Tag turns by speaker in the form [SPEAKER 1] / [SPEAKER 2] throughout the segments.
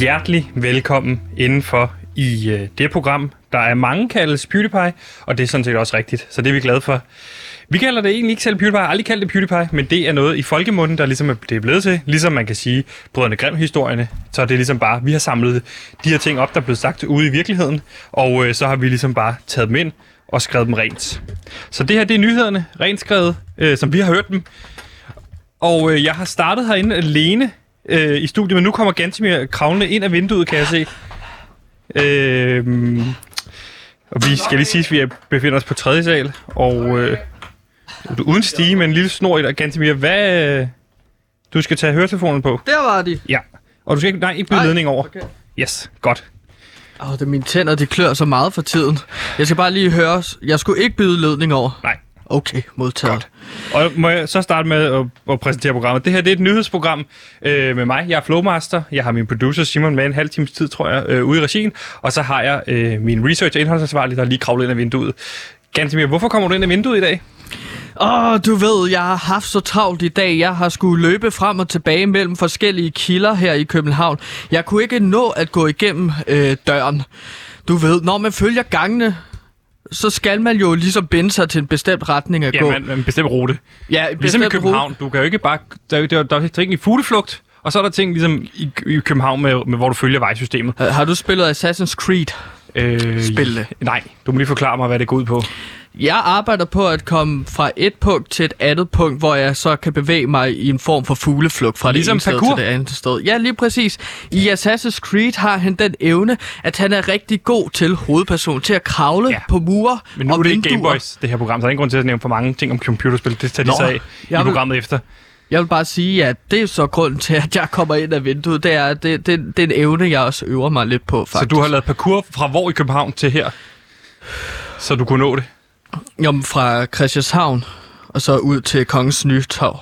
[SPEAKER 1] Hjertelig velkommen indenfor i øh, det program, der er mange kaldes PewDiePie, og det er sådan set også rigtigt, så det er vi glade for. Vi kalder det egentlig ikke selv PewDiePie, jeg har aldrig kaldt det PewDiePie, men det er noget i folkemunden, der ligesom er, det er blevet til. Ligesom man kan sige, brødrene Grimm historierne, så er det ligesom bare, vi har samlet de her ting op, der er blevet sagt ude i virkeligheden, og øh, så har vi ligesom bare taget dem ind og skrevet dem rent. Så det her, det er nyhederne, rent skrevet, øh, som vi har hørt dem. Og øh, jeg har startet herinde alene øh, i studiet, men nu kommer Gantemir kravlende ind af vinduet, kan jeg se. Øh, og vi skal lige sige, at vi befinder os på tredje sal, og øh, du er uden stige med en lille snor i dig. Gantemir, hvad... Øh, du skal tage høretelefonen på.
[SPEAKER 2] Der var de.
[SPEAKER 1] Ja. Og du skal ikke, nej, ikke byde
[SPEAKER 2] Nej,
[SPEAKER 1] ledning over.
[SPEAKER 2] okay.
[SPEAKER 1] Yes, godt.
[SPEAKER 2] Åh, oh, det er mine tænder, de klør så meget for tiden. Jeg skal bare lige høre, jeg skulle ikke byde ledning over.
[SPEAKER 1] Nej.
[SPEAKER 2] Okay, modtaget. Godt.
[SPEAKER 1] Og må jeg så starte med at, at præsentere programmet. Det her det er et nyhedsprogram øh, med mig. Jeg er Flowmaster. Jeg har min producer Simon med en halv times tid, tror jeg, øh, ude i regien. Og så har jeg øh, min research- og indholdsansvarlig, der er lige kravlet ind af vinduet. Gantemir, hvorfor kommer du ind af vinduet i dag?
[SPEAKER 2] Åh, oh, du ved, jeg har haft så travlt i dag. Jeg har skulle løbe frem og tilbage mellem forskellige kilder her i København. Jeg kunne ikke nå at gå igennem øh, døren. Du ved, når man følger gangene, så skal man jo ligesom binde sig til en bestemt retning at gå.
[SPEAKER 1] Jamen, en bestemt rute.
[SPEAKER 2] Ja, en
[SPEAKER 1] Ligesom i
[SPEAKER 2] bestemt rute.
[SPEAKER 1] København. Du kan jo ikke bare... Der, er jo- der, der er ting i fugleflugt, og så er der ting ligesom i, i København, med, med, hvor du følger vejsystemet.
[SPEAKER 2] Har- Har du spillet Assassin's Creed?
[SPEAKER 1] Øh,
[SPEAKER 2] Spil det.
[SPEAKER 1] Nej, du må lige forklare mig, hvad det går ud på.
[SPEAKER 2] Jeg arbejder på at komme fra et punkt til et andet punkt, hvor jeg så kan bevæge mig i en form for fugleflugt fra
[SPEAKER 1] Ligesom
[SPEAKER 2] det ene
[SPEAKER 1] parkour?
[SPEAKER 2] sted til det andet sted. Ja, lige præcis. I Assassin's Creed har han den evne, at han er rigtig god til hovedpersonen, til at kravle
[SPEAKER 1] Ja.
[SPEAKER 2] ja. på mure
[SPEAKER 1] Men nu
[SPEAKER 2] og
[SPEAKER 1] er det ikke
[SPEAKER 2] vinduer.
[SPEAKER 1] Game Boys, det her program, så der er ingen grund til at nævne for mange ting om computerspil. Det tager de
[SPEAKER 2] Nå,
[SPEAKER 1] sig af i
[SPEAKER 2] jeg vil-
[SPEAKER 1] programmet efter.
[SPEAKER 2] Jeg vil bare sige, at det er så grunden til, at jeg kommer ind af vinduet. Det er, at det, det, det er en evne, jeg også øver mig lidt på,
[SPEAKER 1] Så
[SPEAKER 2] faktisk.
[SPEAKER 1] du har lavet parkour fra hvor i København til her? Så du kunne nå det?
[SPEAKER 2] Jamen, fra Christianshavn og så ud til Kongens Nytorv,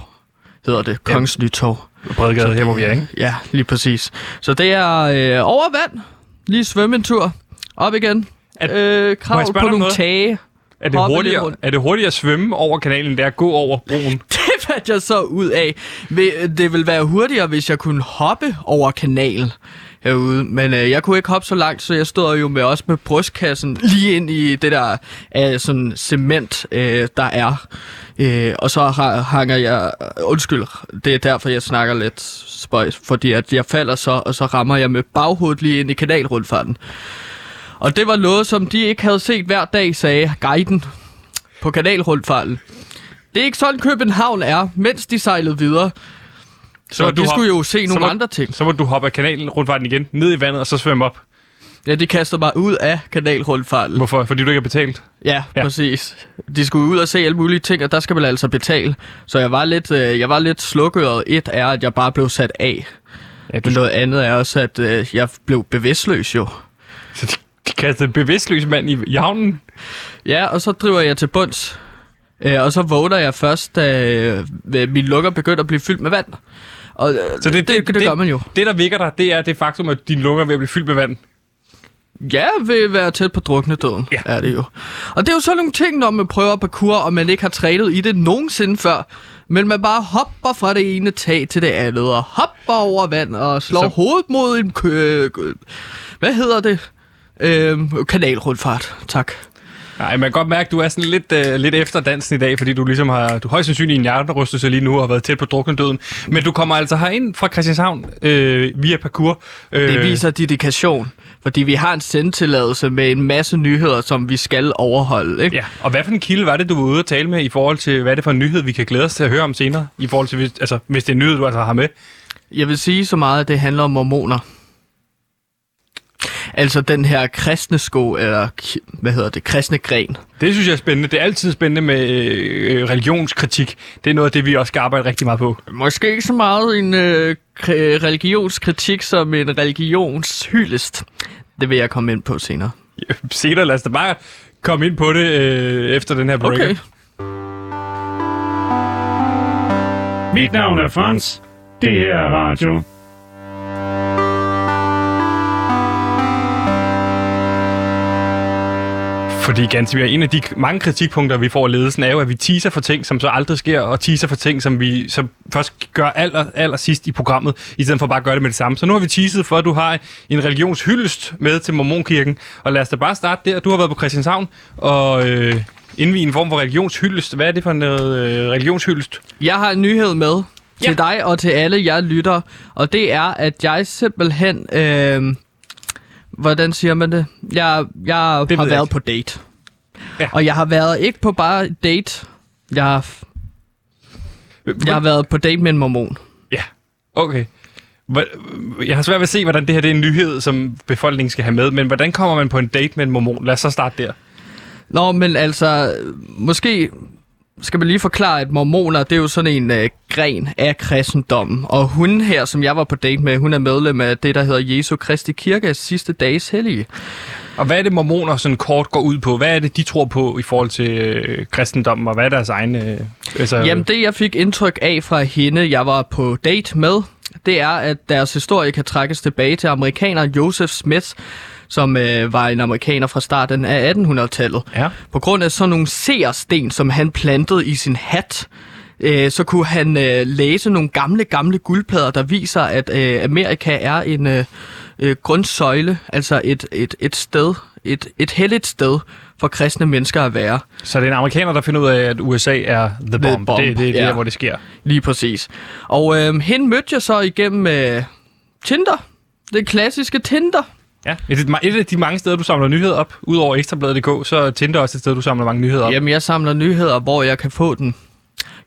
[SPEAKER 2] hedder det. Kongens Nytorv.
[SPEAKER 1] Bredegade her, hvor vi er, ikke?
[SPEAKER 2] Ja, lige præcis. Så det er øh, over vand, lige svømme en tur, op igen,
[SPEAKER 1] At-
[SPEAKER 2] at, øh,
[SPEAKER 1] Må jeg
[SPEAKER 2] kravl
[SPEAKER 1] spørge
[SPEAKER 2] på
[SPEAKER 1] dig om
[SPEAKER 2] nogle
[SPEAKER 1] noget?
[SPEAKER 2] tage.
[SPEAKER 1] Er det,
[SPEAKER 2] Hoppe lidt
[SPEAKER 1] hurtigere,
[SPEAKER 2] rundt.
[SPEAKER 1] er det hurtigere at svømme over kanalen, der at gå over broen?
[SPEAKER 2] Det fandt jeg så ud af. Vil- Det ville være hurtigere, hvis jeg kunne hoppe over kanalen herude, men øh, jeg kunne ikke hoppe så langt, så jeg stod jo med også med brystkassen lige ind i det der øh, sådan cement, øh, der er. Øh, og så ha- hanger jeg... Undskyld, det er derfor, jeg snakker lidt spøjs, fordi at jeg falder så, og så rammer jeg med baghovedet lige ind i kanalrundfarten. Og det var noget, som de ikke havde set hver dag, sagde guiden på kanalrundfarten. Det er ikke sådan, København er, mens de sejlede videre. Så,
[SPEAKER 1] må
[SPEAKER 2] så
[SPEAKER 1] du
[SPEAKER 2] de skulle
[SPEAKER 1] hoppe-
[SPEAKER 2] jo se
[SPEAKER 1] så
[SPEAKER 2] nogle
[SPEAKER 1] må-
[SPEAKER 2] andre ting.
[SPEAKER 1] Så må du hoppe af kanalen rundt vejen igen, ned i vandet og så svømme op.
[SPEAKER 2] Ja, de kastede mig ud af kanalrundfarten.
[SPEAKER 1] Hvorfor? Fordi du ikke har betalt?
[SPEAKER 2] Ja,
[SPEAKER 1] Ja.
[SPEAKER 2] ja, præcis. De skulle ud og se alle mulige ting, og der skal man altså betale. Så jeg var lidt, øh, jeg var lidt slukket, og et er, at jeg bare blev sat af.
[SPEAKER 1] Ja,
[SPEAKER 2] Men noget andet er også, at øh, jeg blev bevidstløs jo.
[SPEAKER 1] Så de, de kastede en bevidstløs mand i, i havnen.
[SPEAKER 2] Ja, og så driver jeg til bunds. Øh, og så vågner jeg først, da øh, min lukker begyndte at blive fyldt med vand. Og, øh,
[SPEAKER 1] Så
[SPEAKER 2] det, det, det, det gør man jo.
[SPEAKER 1] Det, der vækker dig, det er det faktum, at dine lunger er ved at blive fyldt med vand.
[SPEAKER 2] Ja, vil være tæt på druknedøden,
[SPEAKER 1] Ja.
[SPEAKER 2] ja. er det jo. Og det er jo sådan nogle ting, når man prøver parkour, og man ikke har trænet i det nogensinde før. Men man bare hopper fra det ene tag til det andet, og hopper over vand, og slår
[SPEAKER 1] Så-
[SPEAKER 2] så... hovedet mod en... Kø... kø- Hvad hedder det? Øhm, kanalrundfart, tak.
[SPEAKER 1] Nej, man kan godt mærke, at du er sådan lidt, øh, lidt efter dansen i dag, fordi du ligesom har du er højst sandsynligt en hjernerystelse lige nu og har været tæt på druknedøden. Men du kommer altså herind fra Christianshavn øh, via parkour. Øh,
[SPEAKER 2] Det viser dedikation, fordi vi har en sendtilladelse med en masse nyheder, som vi skal overholde, ikke?
[SPEAKER 1] Ja, og hvad for en kilde var det, du var ude at tale med i forhold til, hvad er det for en nyhed, vi kan glæde os til at høre om senere? I forhold til, hvis, altså, hvis det er en nyhed, du altså har med.
[SPEAKER 2] Jeg vil sige så meget, at det handler om mormoner. Altså den her kristne sko, eller ki- hvad hedder det, kristne gren.
[SPEAKER 1] Det synes jeg er spændende. Det er altid spændende med øh, religionskritik. Det er noget af det, vi også skal arbejde rigtig meget på.
[SPEAKER 2] Måske ikke så meget en øh, kri- religionskritik som en religionshyldest. Det vil jeg komme ind på senere.
[SPEAKER 1] Senere lad os da bare komme ind på det øh, efter den her break.
[SPEAKER 2] Okay.
[SPEAKER 3] Mit navn er Frans. Det her er radio.
[SPEAKER 1] Fordi ganske mere, en af de k- mange kritikpunkter, vi får af ledelsen, er jo, at vi teaser for ting, som så aldrig sker, og teaser for ting, som vi som først gør aller, aller sidst i programmet, i stedet for bare at gøre det med det samme. Så nu har vi teaset for, at du har en religionshyldest med til Mormonkirken, og lad os da bare starte der. Du har været på Christianshavn, og øh, indvige en form for religionshyldest. Hvad er det for noget øh, religionshyldest?
[SPEAKER 2] Jeg har en nyhed med til dig og til alle jer lytter, og det er, at jeg simpelthen... Øh, hvordan siger man det? Jeg, jeg
[SPEAKER 1] ved
[SPEAKER 2] har
[SPEAKER 1] jeg
[SPEAKER 2] været
[SPEAKER 1] ikke.
[SPEAKER 2] på date.
[SPEAKER 1] Ja.
[SPEAKER 2] Ja. Og jeg har været ikke på bare date. Jeg har, jeg har været på date med en mormon.
[SPEAKER 1] Ja, okay. Hvor- Jeg har svært ved at se, hvordan det her det er en nyhed, som befolkningen skal have med, men hvordan kommer man på en date med en mormon? Lad os så starte der.
[SPEAKER 2] Nå, men altså, måske skal man lige forklare, at mormoner, det er jo sådan en øh, gren af kristendommen. Og hun her, som jeg var på date med, hun er medlem af det, der hedder Jesu Kristi Kirke af sidste dages hellige.
[SPEAKER 1] Og hvad er det, mormoner sådan kort går ud på? Hvad er det, de tror på i forhold til øh, kristendommen, og hvad er deres egne... Øh, altså,
[SPEAKER 2] Jamen det, jeg fik indtryk af fra hende, jeg var på date med, det er, at deres historie kan trækkes tilbage til amerikaner Joseph Smith, som øh, var en amerikaner fra starten af 1800-tallet.
[SPEAKER 1] Ja.
[SPEAKER 2] På grund af sådan nogle seersten, som han plantede i sin hat, øh, så kunne han øh, læse nogle gamle, gamle guldplader, der viser, at øh, Amerika er en øh, øh, grundsøjle, altså et, et, et sted, et, et helligt sted for kristne mennesker at være.
[SPEAKER 1] Så det er en amerikaner, der finder ud af, at USA er the bomb.
[SPEAKER 2] bomb,
[SPEAKER 1] Det, det er
[SPEAKER 2] ja.
[SPEAKER 1] der, hvor det sker.
[SPEAKER 2] Lige præcis. Og øh, hende mødte jeg så igennem øh, Tinder. Det klassiske Tinder.
[SPEAKER 1] Ja. Et, et, et af de mange steder, du samler nyheder op, udover ekstrabladet.dk, så er Tinder også et sted, du samler mange nyheder op.
[SPEAKER 2] Jamen, jeg samler nyheder, hvor jeg kan få den.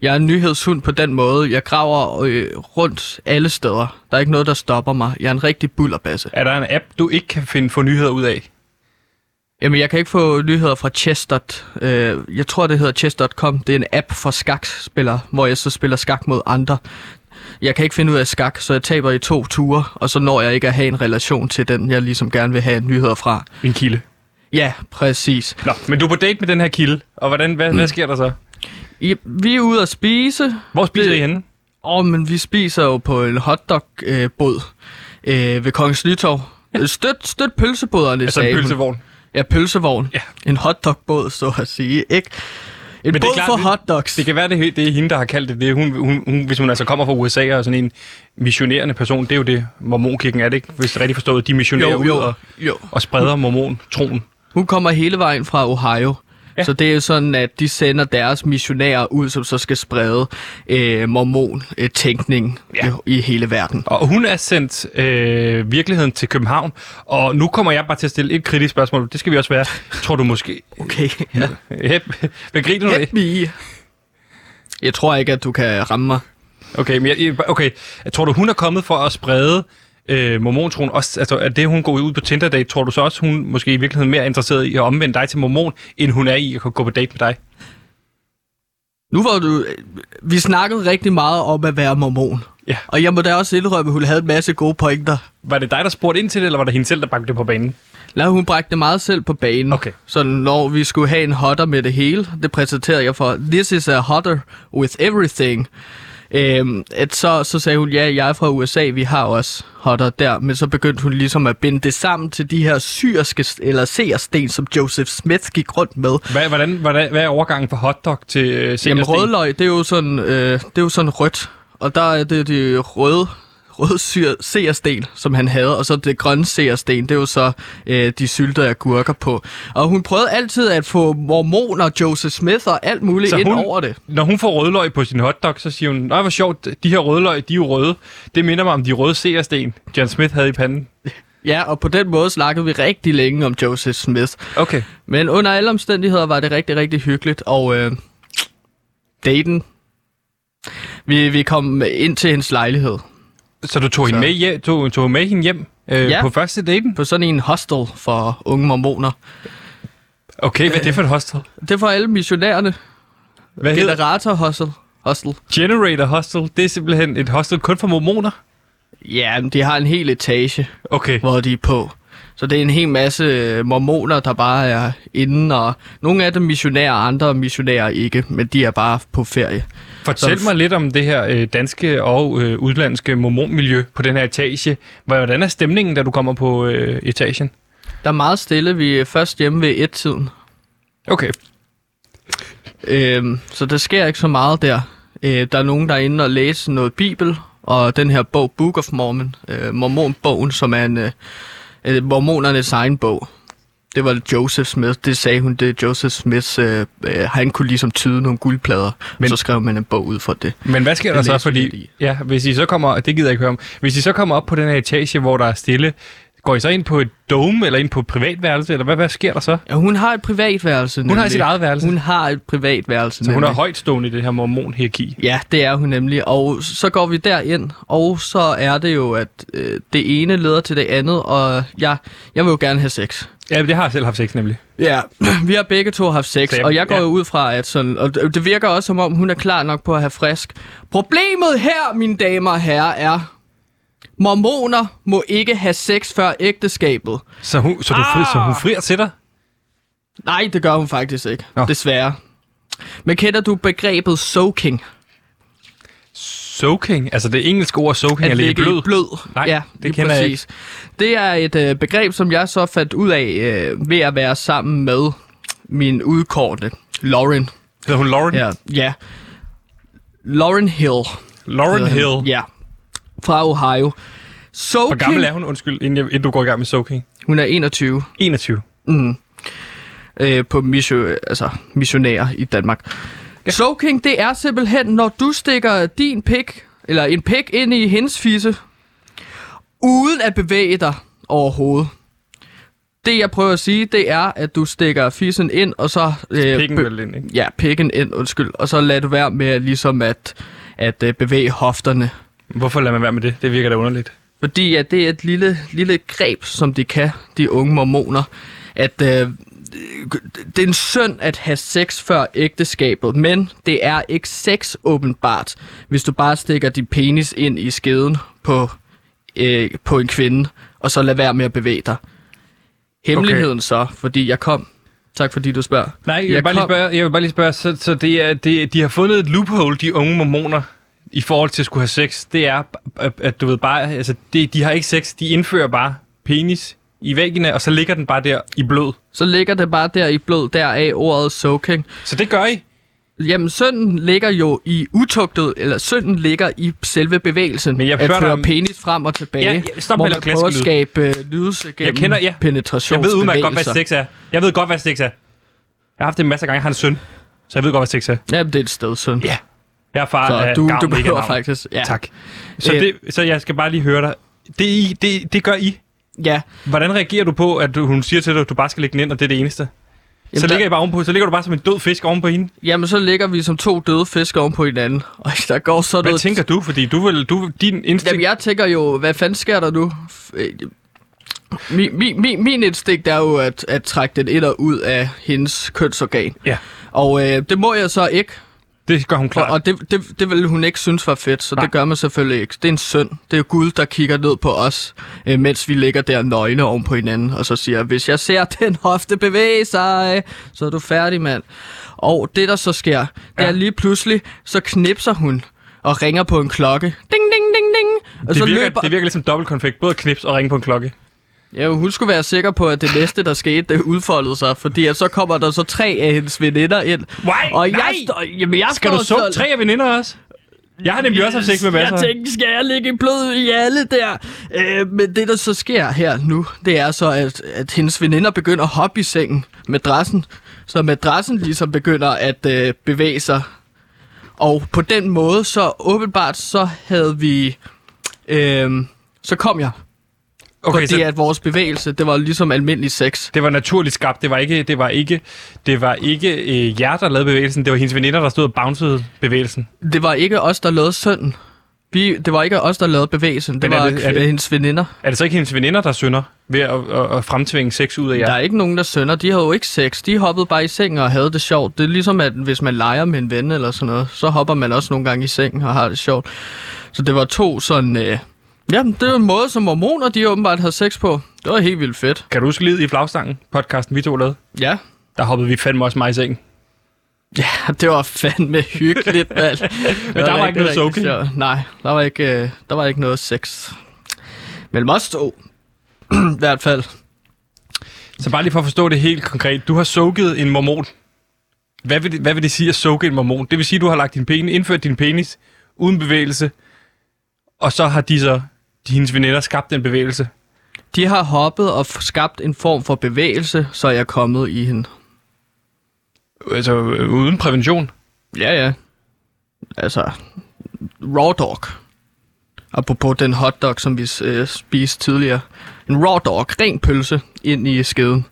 [SPEAKER 2] Jeg er en nyhedshund på den måde. Jeg graver øh, rundt alle steder. Der er ikke noget, der stopper mig. Jeg er en rigtig bullerbasse.
[SPEAKER 1] Er der en app, du ikke kan finde, få nyheder ud af?
[SPEAKER 2] Jamen, jeg kan ikke få nyheder fra chess. dot- Øh, jeg tror, det hedder chess.com. Det er en app for skakspillere, hvor jeg så spiller skak mod andre. Jeg kan ikke finde ud af skak, så jeg taber i to ture, og så når jeg ikke at have en relation til den, jeg ligesom gerne vil have nyheder fra.
[SPEAKER 1] En kilde.
[SPEAKER 2] Ja, præcis.
[SPEAKER 1] Nå, men du er på date med den her kilde, og hvordan, hvad, mm. hvad sker der så?
[SPEAKER 2] I, vi er ude at spise.
[SPEAKER 1] Hvor spiser
[SPEAKER 2] Det-
[SPEAKER 1] I henne? Altså,
[SPEAKER 2] Åh, oh, men vi spiser jo på en hotdog-båd øh, båd, øh, ved Kongens Nytorv. Øh, Støt, støt pølsebåderne,
[SPEAKER 1] Altså
[SPEAKER 2] sagde
[SPEAKER 1] en
[SPEAKER 2] hun.
[SPEAKER 1] pølsevogn.
[SPEAKER 2] Ja, pølsevogn.
[SPEAKER 1] Ja.
[SPEAKER 2] En hotdog-båd, så at sige, ikke? En
[SPEAKER 1] Men det er
[SPEAKER 2] båd
[SPEAKER 1] klart,
[SPEAKER 2] for
[SPEAKER 1] vi-
[SPEAKER 2] hotdogs.
[SPEAKER 1] Det kan være, det, det er hende, der har kaldt det det. Hun, hun, hun, hvis hun altså kommer fra USA og er sådan en missionerende person, det er jo det, mormonkirken er det ikke? Hvis det er rigtigt forstået, de missionerer
[SPEAKER 2] Jo,
[SPEAKER 1] ud
[SPEAKER 2] jo,
[SPEAKER 1] og,
[SPEAKER 2] jo.
[SPEAKER 1] og spreder mormon-troen.
[SPEAKER 2] Hun kommer hele vejen fra Ohio. Ja. Så det er jo sådan, at de sender deres missionærer ud, som så skal sprede øh, mormon-tænkning ja. i, i hele verden.
[SPEAKER 1] Og hun er sendt øh, virkeligheden til København, og nu kommer jeg bare til at stille et kritisk spørgsmål. Det skal vi også være. Tror du måske... øh,
[SPEAKER 2] Okay, ja.
[SPEAKER 1] Hep, hvad griner du af?
[SPEAKER 2] Help me. Jeg tror ikke, at du kan ramme mig.
[SPEAKER 1] Okay, men jeg- jeg, okay. Jeg tror du, hun er kommet for at sprede øh, mormontroen? Også, altså, at det, hun går ud på Tinder-date, tror du så også, hun måske i virkeligheden er mere interesseret i at omvende dig til mormon, end hun er i at kunne gå på date med dig?
[SPEAKER 2] Nu var du... øh, Vi snakkede rigtig meget om at være mormon.
[SPEAKER 1] Ja.
[SPEAKER 2] Og jeg må da også indrømme, at hun havde en masse gode pointer.
[SPEAKER 1] Var det dig, der spurgte ind til det, eller var det hende selv, der bragte det på banen?
[SPEAKER 2] Lad hun bragte det meget selv på banen.
[SPEAKER 1] Okay.
[SPEAKER 2] Så når vi skulle have en hotter med det hele, det præsenterede jeg for, this is a hotter with everything. Øhm, at så, så sagde hun, ja, jeg er fra USA, vi har også hotter der. Men så begyndte hun ligesom at binde det sammen til de her syriske, eller seersten, som Joseph Smith gik rundt med.
[SPEAKER 1] Hvad, hvordan, hvordan, hvad er overgangen fra hotdog til øh,
[SPEAKER 2] Jamen
[SPEAKER 1] seersten?
[SPEAKER 2] rødløg, det er jo sådan, øh, det er jo sådan rødt, og der er det de røde rød syr, seersten, som han havde, og så det grønne seersten, det er jo så øh, de syltede agurker på. Og hun prøvede altid at få mormoner, Joseph Smith og alt muligt
[SPEAKER 1] Så
[SPEAKER 2] ind
[SPEAKER 1] hun-
[SPEAKER 2] over det.
[SPEAKER 1] Når hun får rødløg på sin hotdog, så siger hun, nej, hvor sjovt, de her rødløg, de er jo røde. Det minder mig om de røde seersten, John Smith havde i panden.
[SPEAKER 2] Ja, og på den måde snakkede vi rigtig længe om Joseph Smith.
[SPEAKER 1] Okay.
[SPEAKER 2] Men under alle omstændigheder var det rigtig, rigtig hyggeligt, og øh, daten, vi, vi kom ind til hendes lejlighed
[SPEAKER 1] Så du tog, hende
[SPEAKER 2] Så-
[SPEAKER 1] med, hjem, tog, tog med hende hjem øh, ja.
[SPEAKER 2] Ja.
[SPEAKER 1] på første daten?
[SPEAKER 2] på sådan en hostel for unge mormoner.
[SPEAKER 1] Okay, hvad er det for et hostel?
[SPEAKER 2] Det var alle missionærerne.
[SPEAKER 1] Hvad hedder
[SPEAKER 2] Generator hostel. hostel.
[SPEAKER 1] Generator Hostel, det er simpelthen et hostel kun for mormoner.
[SPEAKER 2] Ja, men de har en hel etage,
[SPEAKER 1] Okay.
[SPEAKER 2] hvor de er på. Så det er en hel masse øh, mormoner, der bare er inde, og nogle af dem missionærer, andre er missionærer ikke, men de er bare på ferie.
[SPEAKER 1] Fortæl
[SPEAKER 2] Så-
[SPEAKER 1] mig lidt om det her øh, danske og øh, udlandske mormonmiljø på den her etage. Hvordan er stemningen, da du kommer på øh, etagen?
[SPEAKER 2] Der er meget stille, vi er først hjemme ved et-tiden.
[SPEAKER 1] Okay.
[SPEAKER 2] Øhm, så der sker ikke så meget der. Øh, der er nogen, der er inde og læse noget bibel, og den her bog, Book of Mormon, øh, mormonbogen, som er en, øh, øh, mormonernes egen bog. Det var Joseph Smith, det sagde hun, det er Joseph Smiths, øh, øh, han kunne ligesom tyde nogle guldplader,
[SPEAKER 1] Men-
[SPEAKER 2] Men... så skrev man en bog ud fra det.
[SPEAKER 1] Men hvad sker der
[SPEAKER 2] Det
[SPEAKER 1] så,
[SPEAKER 2] læser vi lidt
[SPEAKER 1] fordi...
[SPEAKER 2] i.
[SPEAKER 1] Ja, hvis I så kommer... Det gider jeg ikke høre om. Hvis I så kommer op på den her etage, hvor der er stille, går I så ind på et dome, eller ind på et privatværelse, eller hvad, hvad sker der så?
[SPEAKER 2] Ja, hun har et privatværelse.
[SPEAKER 1] Hun har sit eget værelse.
[SPEAKER 2] Hun har et privatværelse.
[SPEAKER 1] Så hun
[SPEAKER 2] nemlig.
[SPEAKER 1] er højtstående i det her mormon-hierarki.
[SPEAKER 2] Ja, det er hun nemlig. Og så går vi derind, og så er det jo, at øh, det ene leder til det andet, og jeg, jeg vil jo gerne have sex.
[SPEAKER 1] Ja, det har jeg selv haft sex nemlig.
[SPEAKER 2] Ja, vi har begge to haft sex,
[SPEAKER 1] Så jeg-
[SPEAKER 2] og jeg går
[SPEAKER 1] ja.
[SPEAKER 2] jo ud fra, at sådan, og det det virker også, som om hun er klar nok på at have frisk. Problemet her, mine damer og herrer, er, mormoner må ikke have sex før ægteskabet.
[SPEAKER 1] Så hun, så du ah! så hun frier til dig?
[SPEAKER 2] Nej, det gør hun faktisk ikke,
[SPEAKER 1] Nå.
[SPEAKER 2] Nå. desværre. Men kender du begrebet soaking?
[SPEAKER 1] Soaking? Altså det engelske ord soaking er
[SPEAKER 2] at
[SPEAKER 1] lidt
[SPEAKER 2] ligge
[SPEAKER 1] blød.
[SPEAKER 2] i blød.
[SPEAKER 1] Nej,
[SPEAKER 2] ja,
[SPEAKER 1] det
[SPEAKER 2] lige
[SPEAKER 1] kender jeg
[SPEAKER 2] præcis. Det er et øh, begreb, som jeg så fandt ud af øh, ved at være sammen med min udkårte, Lauren.
[SPEAKER 1] Hedder hun Lauren?
[SPEAKER 2] Ja, ja. Lauren Hill.
[SPEAKER 1] Lauren
[SPEAKER 2] hedder
[SPEAKER 1] Hill.
[SPEAKER 2] hun. Ja. Fra Ohio. Soaking.
[SPEAKER 1] Hvor gammel er hun? Undskyld, inden, jeg, inden du går i gang med soaking.
[SPEAKER 2] Hun er 21.
[SPEAKER 1] 21.
[SPEAKER 2] øh, på mission, altså missionærer i Danmark. Ja. Soaking, det er simpelthen, når du stikker din pik, eller en pik ind i hendes fisse, uden at bevæge dig overhovedet. Det, jeg prøver at sige, det er, at du stikker fissen ind, og så... Øh,
[SPEAKER 1] Pikken
[SPEAKER 2] be-
[SPEAKER 1] vel ind, ikke?
[SPEAKER 2] Ja, pikken ind, undskyld. Og så lader du være med ligesom at, at øh, bevæge hofterne.
[SPEAKER 1] Hvorfor lader man være med det? Det virker da underligt.
[SPEAKER 2] Fordi at det er et lille, lille greb, som de kan, de unge mormoner, at øh, det er en synd at have sex før ægteskabet, men det er ikke sex åbenbart, hvis du bare stikker din penis ind i skeden på, øh, på en kvinde, og så lader være med at bevæge dig. Hemmeligheden okay. så, fordi jeg kom. Tak fordi du spørger.
[SPEAKER 1] Nej, jeg, vil
[SPEAKER 2] jeg
[SPEAKER 1] bare lige
[SPEAKER 2] kom-
[SPEAKER 1] spørge, jeg vil bare lige spørge, så, så det er, det, de har fundet et loophole, de unge mormoner, i forhold til at skulle have sex. Det er, at, at du ved bare, altså, det, de har ikke sex, de indfører bare penis i væggene, og så ligger den bare der i blod.
[SPEAKER 2] Så ligger det bare der i blod, deraf ordet soaking.
[SPEAKER 1] Så det gør I?
[SPEAKER 2] Jamen, synden ligger jo i utugtet, eller synden ligger i selve bevægelsen.
[SPEAKER 1] Men jeg
[SPEAKER 2] at
[SPEAKER 1] spørger dig
[SPEAKER 2] føre
[SPEAKER 1] om-
[SPEAKER 2] penis frem og tilbage,
[SPEAKER 1] Ja, ja, stop
[SPEAKER 2] hvor
[SPEAKER 1] med
[SPEAKER 2] man
[SPEAKER 1] at
[SPEAKER 2] prøver at
[SPEAKER 1] klaskelyd.
[SPEAKER 2] skabe øh, lydelse gennem
[SPEAKER 1] kender- ja. Jeg
[SPEAKER 2] penetrationsbevægelser.
[SPEAKER 1] ved udmærket godt, hvad sex er. Jeg ved godt, hvad sex er. Jeg har haft det en masse gange. Jeg har en søn, så jeg ved godt, hvad sex er.
[SPEAKER 2] Jamen, det er et sted, søn.
[SPEAKER 1] Ja. Jeg er far
[SPEAKER 2] Så
[SPEAKER 1] af
[SPEAKER 2] du,
[SPEAKER 1] gavn,
[SPEAKER 2] du
[SPEAKER 1] ikke af
[SPEAKER 2] behøver
[SPEAKER 1] navn.
[SPEAKER 2] faktisk... Ja.
[SPEAKER 1] Tak. Så,
[SPEAKER 2] Øh.
[SPEAKER 1] det, så jeg skal bare lige høre dig. Det, I, det, det gør I.
[SPEAKER 2] Ja.
[SPEAKER 1] Hvordan reagerer du på, at du- hun siger til dig, at du bare skal lægge den ind, og det er det eneste? Jamen, så,
[SPEAKER 2] Jamen,
[SPEAKER 1] ligger
[SPEAKER 2] der-
[SPEAKER 1] I bare ovenpå, så ligger du bare som en død fisk ovenpå hende.
[SPEAKER 2] Jamen, så ligger vi som to døde fisk oven på hinanden. Og der går så
[SPEAKER 1] Hvad
[SPEAKER 2] noget...
[SPEAKER 1] tænker du? Fordi du vil, du, din instinkt...
[SPEAKER 2] Jamen, jeg tænker jo, hvad fanden sker der nu? F- øh, Min, min, min, min instinkt er jo at, at trække den ind og ud af hendes kønsorgan.
[SPEAKER 1] Ja,
[SPEAKER 2] Og øh, det må jeg så ikke,
[SPEAKER 1] det gør hun klart.
[SPEAKER 2] Og, og det, det, det ville hun ikke synes var fedt, så Nej.
[SPEAKER 1] Nej.
[SPEAKER 2] det gør man selvfølgelig ikke. Det er en synd. Det er jo Gud, der kigger ned på os, øh, mens vi ligger der nøgne oven på hinanden, og så siger, hvis jeg ser den hofte bevæge sig, så er du færdig, mand. Og det, der så sker, det
[SPEAKER 1] Ja.
[SPEAKER 2] er lige pludselig, så knipser hun og ringer på en klokke. Ding, ding, ding, ding. Og
[SPEAKER 1] det,
[SPEAKER 2] så
[SPEAKER 1] virker,
[SPEAKER 2] løber...
[SPEAKER 1] det virker ligesom dobbeltkonfekt. Både knips og ringe på en klokke.
[SPEAKER 2] Ja, hun skulle være sikker på, at det næste, der skete, det udfoldede sig, fordi at så kommer der så tre af hendes veninder ind.
[SPEAKER 1] Nej,
[SPEAKER 2] og jeg
[SPEAKER 1] nej!
[SPEAKER 2] Står, jamen, jeg
[SPEAKER 1] Skal
[SPEAKER 2] står
[SPEAKER 1] du så
[SPEAKER 2] så-
[SPEAKER 1] tre af veninder også? Jeg har nemlig også haft sex med masser.
[SPEAKER 2] Jeg tænkte, skal jeg ligge i blod i alle der? Øh, men det, der så sker her nu, det er så, at, at hendes veninder begynder at hoppe i sengen med dressen. Så madrassen ligesom begynder at øh, bevæge sig. Og på den måde, så åbenbart, så havde vi... Øh, så kom jeg. Okay,
[SPEAKER 1] Okay,
[SPEAKER 2] fordi
[SPEAKER 1] så
[SPEAKER 2] så... at vores bevægelse, det var ligesom almindelig sex.
[SPEAKER 1] det var naturligt skabt. Det var ikke, det var ikke, det var ikke øh, jer, der lavede bevægelsen. Det var hendes veninder, der stod og bouncede bevægelsen.
[SPEAKER 2] Det var ikke os, der lavede sønnen. Vi, det var ikke os, der lavede bevægelsen. Det
[SPEAKER 1] Men er
[SPEAKER 2] var
[SPEAKER 1] det- er det-
[SPEAKER 2] hendes veninder.
[SPEAKER 1] Er det så ikke hendes veninder, der synder ved at, at, at fremtvinge sex ud af jer?
[SPEAKER 2] Ja. Der er ikke nogen, der sønder. De havde jo ikke sex. De hoppede bare i seng og havde det sjovt. Det er ligesom, at hvis man leger med en ven eller sådan noget, så hopper man også nogle gange i seng og har det sjovt. Så det var to sådan... Øh... Jamen, det er en måde, som hormoner, de åbenbart havde sex på. Det var helt vildt fedt.
[SPEAKER 1] Kan du huske Livet i flagstangen, podcasten vi to lavede?
[SPEAKER 2] Ja.
[SPEAKER 1] Der hoppede vi fandme også mig i sengen.
[SPEAKER 2] Ja, det var fandme hyggeligt, mand. Men
[SPEAKER 1] der var ikke noget soaking?
[SPEAKER 2] Nej, der var ikke, øh, der var ikke noget sex. Men også to. I hvert fald.
[SPEAKER 1] Så bare lige for at forstå det helt konkret. Du har soaket en mormon. Hvad vil, det, hvad vil det sige at soake en mormon? Det vil sige, at du har lagt din penis, indført din penis uden bevægelse, og så har de så, de, hendes veninder, skabt den bevægelse.
[SPEAKER 2] De har hoppet og f- skabt en form for bevægelse, så jeg er kommet i hende.
[SPEAKER 1] Altså øh, uden prævention.
[SPEAKER 2] Ja, ja. Altså, raw dog. Apropos den hotdog, som vi øh, spiste tidligere. En raw dog, ren pølse, ind i skeden.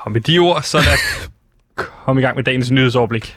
[SPEAKER 1] Og med de ord, så lad os komme i gang med dagens nyhedsoverblik.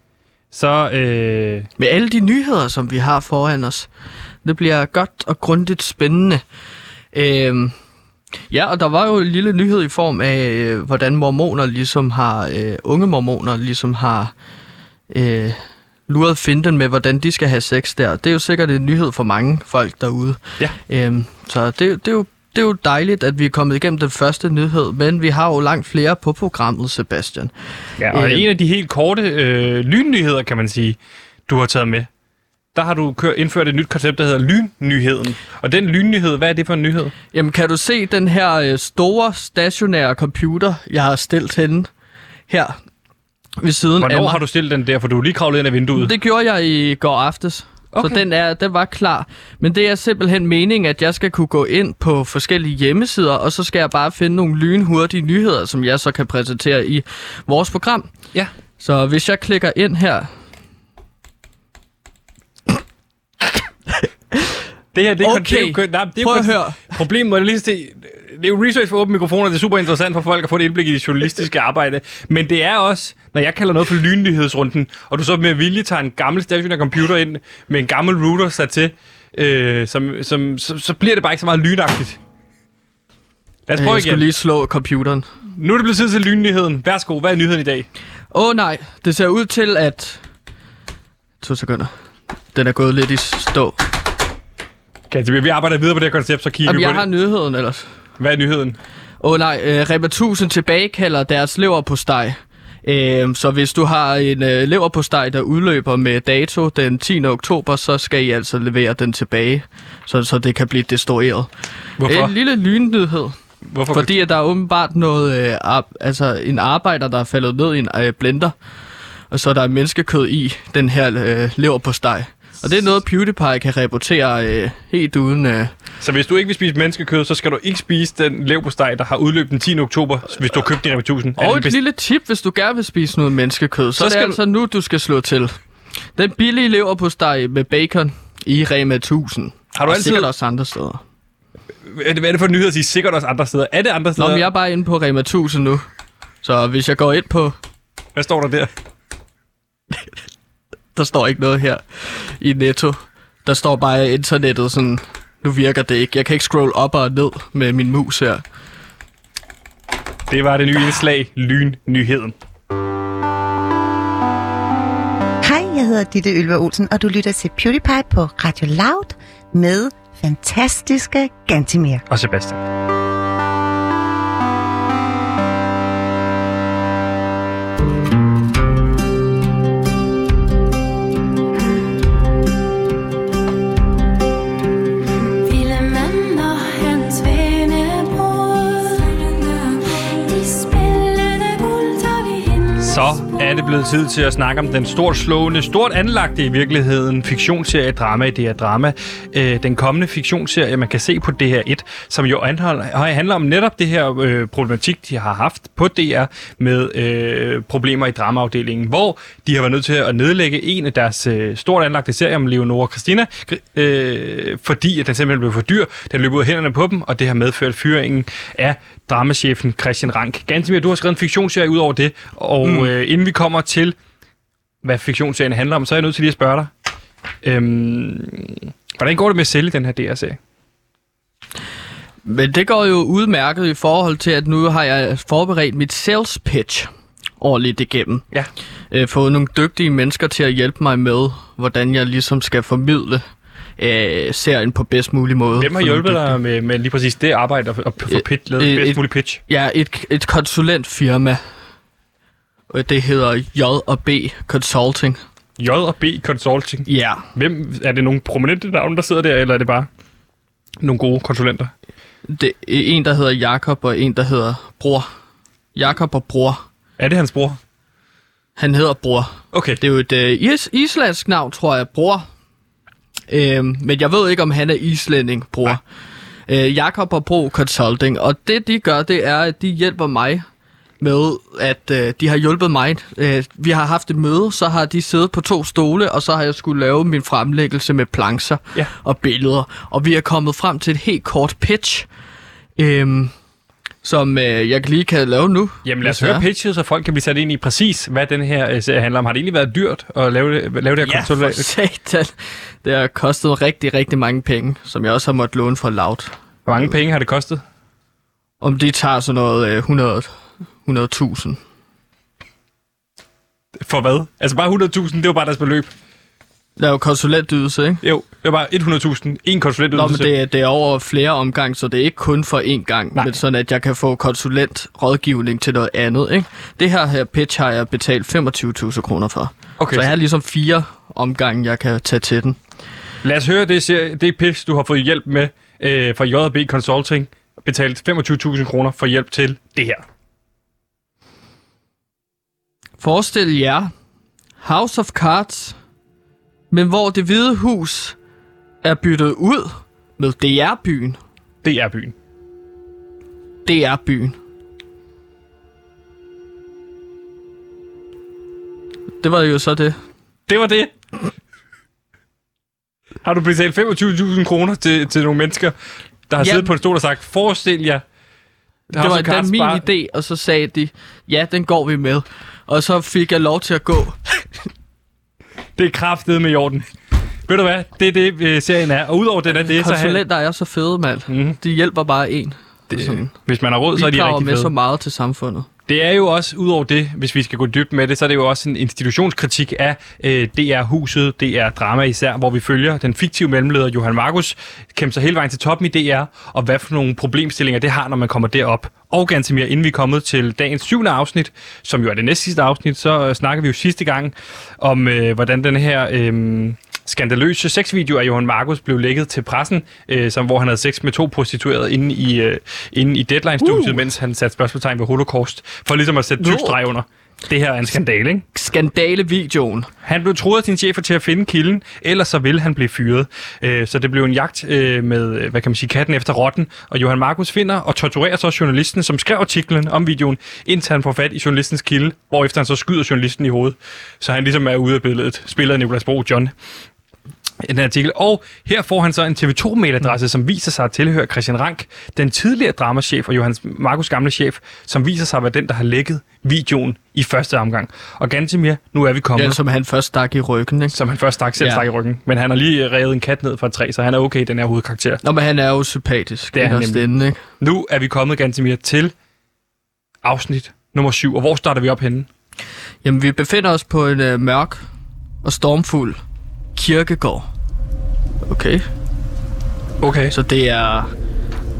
[SPEAKER 1] så øh,
[SPEAKER 2] Med alle de nyheder, som vi har foran os. Det bliver godt og grundigt spændende. Øhm, ja, og der var jo en lille nyhed i form af, øh, hvordan mormoner ligesom har, øh, unge mormoner ligesom har øh, luret finten med, hvordan de skal have sex der. Det er jo sikkert en nyhed for mange folk derude.
[SPEAKER 1] Ja.
[SPEAKER 2] Øhm, så det, det, er jo, det er jo dejligt, at vi er kommet igennem den første nyhed, men vi har jo langt flere på programmet, Sebastian.
[SPEAKER 1] Ja, og
[SPEAKER 2] Øh.
[SPEAKER 1] en af de helt korte øh, lynnyheder, kan man sige, du har taget med, der har du kør, indført et nyt koncept, der hedder lynnyheden. Og den lynnyhed, hvad er det for en nyhed?
[SPEAKER 2] Jamen, kan du se den her øh, store stationære computer, jeg har stillet henne her ved siden af
[SPEAKER 1] Hvornår
[SPEAKER 2] mig?
[SPEAKER 1] har du stillet den der, for du er lige kravlet ind af vinduet? Det...
[SPEAKER 2] Det gjorde jeg i går aftes. Okay.
[SPEAKER 1] Okay.
[SPEAKER 2] Så den, er, den var klar. Men det er simpelthen meningen, at jeg skal kunne gå ind på forskellige hjemmesider, og så skal jeg bare finde nogle lynhurtige nyheder, som jeg så kan præsentere i vores program.
[SPEAKER 1] Ja.
[SPEAKER 2] Så hvis jeg klikker ind her...
[SPEAKER 1] Det her, det er kun-
[SPEAKER 2] Okay.
[SPEAKER 1] det er jo kun- nej, det er jo
[SPEAKER 2] Prøv at
[SPEAKER 1] kun-
[SPEAKER 2] høre.
[SPEAKER 1] Problemet må jeg lige se. Det er jo research for åbne mikrofoner, det er super interessant for folk at få et indblik i det journalistiske arbejde. Men det er også, når jeg kalder noget for lynnyhedsrunden, og du så med vilje tager en gammel stationær computer ind med en gammel router sat til, øh, som, som, så, så bliver det bare ikke så meget lynagtigt. Lad os
[SPEAKER 2] Øh,
[SPEAKER 1] prøve
[SPEAKER 2] jeg
[SPEAKER 1] igen.
[SPEAKER 2] skulle lige slå computeren.
[SPEAKER 1] Nu er det blevet tid til lynnyheden. Værsgo, hvad er nyheden i dag?
[SPEAKER 2] Åh oh, nej, det ser ud til at... To sekunder. Den er gået lidt i stå.
[SPEAKER 1] Kan vi arbejder videre på det her koncept, så kigger
[SPEAKER 2] Jamen,
[SPEAKER 1] vi på
[SPEAKER 2] jeg har
[SPEAKER 1] det.
[SPEAKER 2] nyheden ellers.
[SPEAKER 1] Hvad er nyheden?
[SPEAKER 2] Åh oh, nej, øh, Rema 1000 tilbagekalder deres lever på steg. Øh, så hvis du har en øh, lever på steg, der udløber med dato den 10. oktober, så skal I altså levere den tilbage, så, så det kan blive destrueret.
[SPEAKER 1] Hvorfor?
[SPEAKER 2] En lille lynnyhed.
[SPEAKER 1] Hvorfor?
[SPEAKER 2] Fordi at der er åbenbart noget, øh, ar- altså en arbejder, der er faldet ned i en øh, blender, og så er der er menneskekød i den her øh, lever på steg. Og det er noget, PewDiePie kan rapportere øh, helt uden... Øh,
[SPEAKER 1] Så hvis du ikke vil spise menneskekød, så skal du ikke spise den leverpostej, der har udløb den 10. oktober, hvis du har købt den i Rema 1000. Er
[SPEAKER 2] Og
[SPEAKER 1] det
[SPEAKER 2] et
[SPEAKER 1] bedst-
[SPEAKER 2] lille tip, hvis du gerne vil spise noget menneskekød, så, så er det
[SPEAKER 1] skal du-
[SPEAKER 2] altså nu, du skal slå til. Den billige leverpostej med bacon i Rema 1000.
[SPEAKER 1] Har du
[SPEAKER 2] og
[SPEAKER 1] altid-
[SPEAKER 2] sikkert også andre steder.
[SPEAKER 1] Hvad er det for en nyhed at sige? Sikkert også andre steder. Er det andre
[SPEAKER 2] Nå,
[SPEAKER 1] steder?
[SPEAKER 2] men jeg er bare inde på Rema 1000 nu. Så hvis jeg går ind på...
[SPEAKER 1] Hvad står der der?
[SPEAKER 2] Der står ikke noget her i Netto. Der står bare at internettet sådan... Nu virker det ikke. Jeg kan ikke scrolle op og ned med min mus her.
[SPEAKER 1] Det var det nye indslag, Lyn-nyheden.
[SPEAKER 4] Hej, jeg hedder Ditte Ylva Olsen, og du lytter til PewDiePie på Radio Loud med fantastiske Gantimir.
[SPEAKER 1] Og Sebastian.
[SPEAKER 5] Viele Männer hans vennebrud. De spillede guld, og vi himlen
[SPEAKER 1] Så er det blevet tid til at snakke om den stort slående, stort anlagte i virkeligheden fiktionsserie Drama i DR Drama. Øh, den kommende fiktionsserie, man kan se på DR1, som jo anhold- handler om netop det her øh, problematik, de har haft på DR med øh, problemer i dramaafdelingen, hvor de har været nødt til at nedlægge en af deres øh, stort anlagte serier om Leonora Christina, øh, fordi at den simpelthen blev for dyr. Den løb ud af hænderne på dem, og det har medført fyringen af dramachefen Christian Rank. Gantemir, du har skrevet en fiktionsserie ud over det, og mm. øh, inden vi kommer til, hvad fiktionsserien handler om, så er jeg nødt til lige at spørge dig. Øhm, hvordan går det med at sælge den her DR-serie?
[SPEAKER 2] Men det går jo udmærket i forhold til, at nu har jeg forberedt mit sales pitch ordentligt igennem.
[SPEAKER 1] Ja.
[SPEAKER 2] Øh, fået nogle dygtige mennesker til at hjælpe mig med, hvordan jeg ligesom skal formidle øh, serien på bedst mulig måde.
[SPEAKER 1] Hvem har
[SPEAKER 2] For nogle
[SPEAKER 1] hjulpet
[SPEAKER 2] dygtige-
[SPEAKER 1] dig med, med lige præcis det arbejde at, at få
[SPEAKER 2] Øh,
[SPEAKER 1] pit, lavet
[SPEAKER 2] øh,
[SPEAKER 1] bedst
[SPEAKER 2] et-
[SPEAKER 1] mulig pitch?
[SPEAKER 2] Ja, et, et konsulentfirma. Øh, Det hedder J&B Consulting.
[SPEAKER 1] J og B Consulting.
[SPEAKER 2] Ja.
[SPEAKER 1] Hvem, er det nogle prominente navne, der sidder der, eller er det bare nogle gode konsulenter?
[SPEAKER 2] Det er en, der hedder Jakob og en, der hedder Bror. Jakob og Bror.
[SPEAKER 1] Er det hans bror?
[SPEAKER 2] Han hedder Bror.
[SPEAKER 1] Okay.
[SPEAKER 2] Det er jo et øh, is- islandsk navn, tror jeg, Bror. Øhm, men jeg ved ikke, om han er islænding, Bror. Øh, Jakob og Bro Consulting. Og det, de gør, det er, at de hjælper mig med, at øh, de har hjulpet mig. Øh, vi har haft et møde, så har de siddet på to stole, og så har jeg skulle lave min fremlæggelse med plancher
[SPEAKER 1] Ja.
[SPEAKER 2] og billeder. Og vi er kommet frem til et helt kort pitch, øhm, som øh, jeg lige kan lave nu.
[SPEAKER 1] Jamen lad os
[SPEAKER 2] hvis det
[SPEAKER 1] høre
[SPEAKER 2] er.
[SPEAKER 1] pitchet, så folk kan blive sat ind i præcis, hvad den her øh, serie handler om. Har det egentlig været dyrt at lave det, lave det her
[SPEAKER 2] Ja, for
[SPEAKER 1] konsulent?
[SPEAKER 2] satan. Det har kostet rigtig, rigtig mange penge, som jeg også har måttet låne fra Loud.
[SPEAKER 1] Hvor mange penge har det kostet?
[SPEAKER 2] Om de tager sådan noget øh, 100 100.000.
[SPEAKER 1] For hvad? Altså bare 100.000, det var bare deres beløb.
[SPEAKER 2] Der er jo konsulentydelse, ikke?
[SPEAKER 1] Jo, det var bare 100.000. En konsulent
[SPEAKER 2] Nå, men det, er- det er over flere omgang, så det er ikke kun for én gang,
[SPEAKER 1] Nej.
[SPEAKER 2] Nej. men sådan at jeg kan få konsulentrådgivning til noget andet, ikke? Det her, her pitch har jeg betalt 25.000 kroner for.
[SPEAKER 1] Okay,
[SPEAKER 2] Okay. Så jeg har ligesom fire omgange, jeg kan tage til den.
[SPEAKER 1] lad os høre det, serie, det pitch, du har fået hjælp med øh, fra J&B Consulting. Betalt 25.000 kroner for hjælp til det her.
[SPEAKER 2] Forestil jer House of Cards, men hvor det hvide hus er byttet ud med DR-byen.
[SPEAKER 1] Det er byen.
[SPEAKER 2] DR-byen. Det var jo så det.
[SPEAKER 1] Det var det. Har du betalt 25.000 kroner til, til nogle mennesker, der har
[SPEAKER 2] Ja.
[SPEAKER 1] siddet på en stol og sagt, forestil jer,
[SPEAKER 2] Det var den min idé, og så sagde de, ja, den går vi med. Og så fik jeg lov til at gå.
[SPEAKER 1] Det er kraftet med jorden. Ved du hvad? Det er det, øh, serien er. Og udover den er det, så han,
[SPEAKER 2] Konsulenter er så fede, mand.
[SPEAKER 1] Mhm.
[SPEAKER 2] Mm. De hjælper bare en. Det, sådan.
[SPEAKER 1] hvis man har råd, så er de
[SPEAKER 2] Bidrager
[SPEAKER 1] rigtig
[SPEAKER 2] med
[SPEAKER 1] fede.
[SPEAKER 2] så meget til samfundet.
[SPEAKER 1] Det er jo også, udover det, hvis vi skal gå dybt med det, så er det jo også en institutionskritik af øh, DR-huset, DR-drama især, hvor vi følger den fiktive mellemleder Johan Markus, kæmper sig hele vejen til toppen i DR, og hvad for nogle problemstillinger det har, når man kommer derop. Og ganske mere, inden vi er kommet til dagens syvende afsnit, som jo er det næst sidste afsnit, så øh, snakker vi jo sidste gang om, øh, hvordan den her... Øh, skandaløse sexvideo af Johan Markus blev lækket til pressen, øh, som, hvor han havde sex med to prostituerede inde i, øh, inde i Deadline-studiet, uh. mens han satte spørgsmålstegn ved holocaust, for ligesom at sætte tyk streg under. Det her er en skandale, ikke?
[SPEAKER 2] Skandalevideoen.
[SPEAKER 1] Han blev truet af sine chefer til at finde kilden, ellers så ville han blive fyret. Øh, Så det blev en jagt øh, med, øh, hvad kan man sige, katten efter rotten. Og Johan Markus finder og torturerer så journalisten, som skrev artiklen om videoen, indtil han får fat i journalistens kilde, hvorefter han så skyder journalisten i hovedet. Så han ligesom er ude af billedet, spiller Nicolas Bro John den her artikel. Og her får han så en TV2-mailadresse, som viser sig at tilhøre Christian Rank, den tidligere dramachef og Johannes Markus gamle chef, som viser sig at være den, der har lækket videoen i første omgang. Og Gantemir, nu er vi kommet
[SPEAKER 2] Ja, som han først stak i ryggen, ikke?
[SPEAKER 1] som han først stak, selv ja.
[SPEAKER 2] Ja.
[SPEAKER 1] stak i ryggen. Men han har lige øh, revet en kat ned fra et træ, så han er okay, den her hovedkarakter.
[SPEAKER 2] Nå, men han er jo sympatisk.
[SPEAKER 1] Det er han
[SPEAKER 2] inderst
[SPEAKER 1] nemlig.
[SPEAKER 2] inde, ikke?
[SPEAKER 1] Nu er vi kommet ganske mere til afsnit nummer 7. Og hvor starter vi op henne?
[SPEAKER 2] Jamen, vi befinder os på en øh, mørk og stormfuld kirkegård. Okay,
[SPEAKER 1] Okay. Så
[SPEAKER 2] så det er,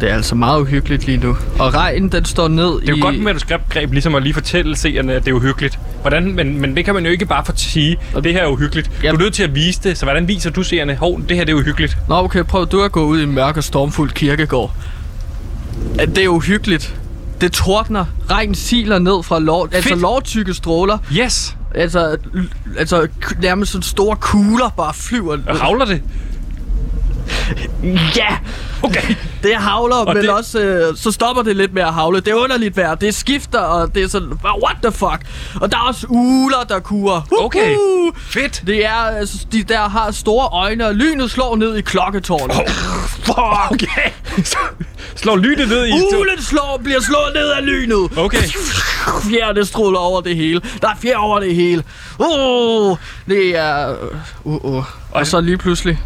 [SPEAKER 2] det er altså meget uhyggeligt lige nu. Og regnen, den står ned
[SPEAKER 1] det er jo
[SPEAKER 2] i...
[SPEAKER 1] I... godt med et skriftgreb, ligesom at lige fortælle seerne, at det er uhyggeligt. Hvordan, men, men det kan man jo ikke bare for sige, at det her er uhyggeligt.
[SPEAKER 2] Ja.
[SPEAKER 1] Du er nødt til at vise det, så hvordan viser du seerne, hov, det her det er uhyggeligt?
[SPEAKER 2] Nå, okay, prøv du at gå ud i en mørk og stormfuld kirkegård. Ja, Det er uhyggeligt. Det tordner. Regn siler ned fra lov, altså lovtykke stråler.
[SPEAKER 1] Yes!
[SPEAKER 2] Altså, l- altså k- nærmest sådan store kugler bare flyver.
[SPEAKER 1] Og havler det?
[SPEAKER 2] Ja!
[SPEAKER 1] Okay.
[SPEAKER 2] Det havler, og men
[SPEAKER 1] det-
[SPEAKER 2] det... også øh, så stopper det lidt med at havle. Det er underligt vejr. Det skifter, og det er sådan, what the fuck? Og der er også uler, der kurer. Uhuh!
[SPEAKER 1] Okay. Fedt!
[SPEAKER 2] Det er, altså, de der har store øjne, og lynet slår ned i klokketårnet. Oh,
[SPEAKER 1] Fuck! Okay. Slår lynet ned i...
[SPEAKER 2] Ulen slår, bliver slået ned af lynet.
[SPEAKER 1] Okay.
[SPEAKER 2] Fjerne struller over det hele. Der er fjer over det hele. Uh, det er... Uh, uh. Og så lige pludselig,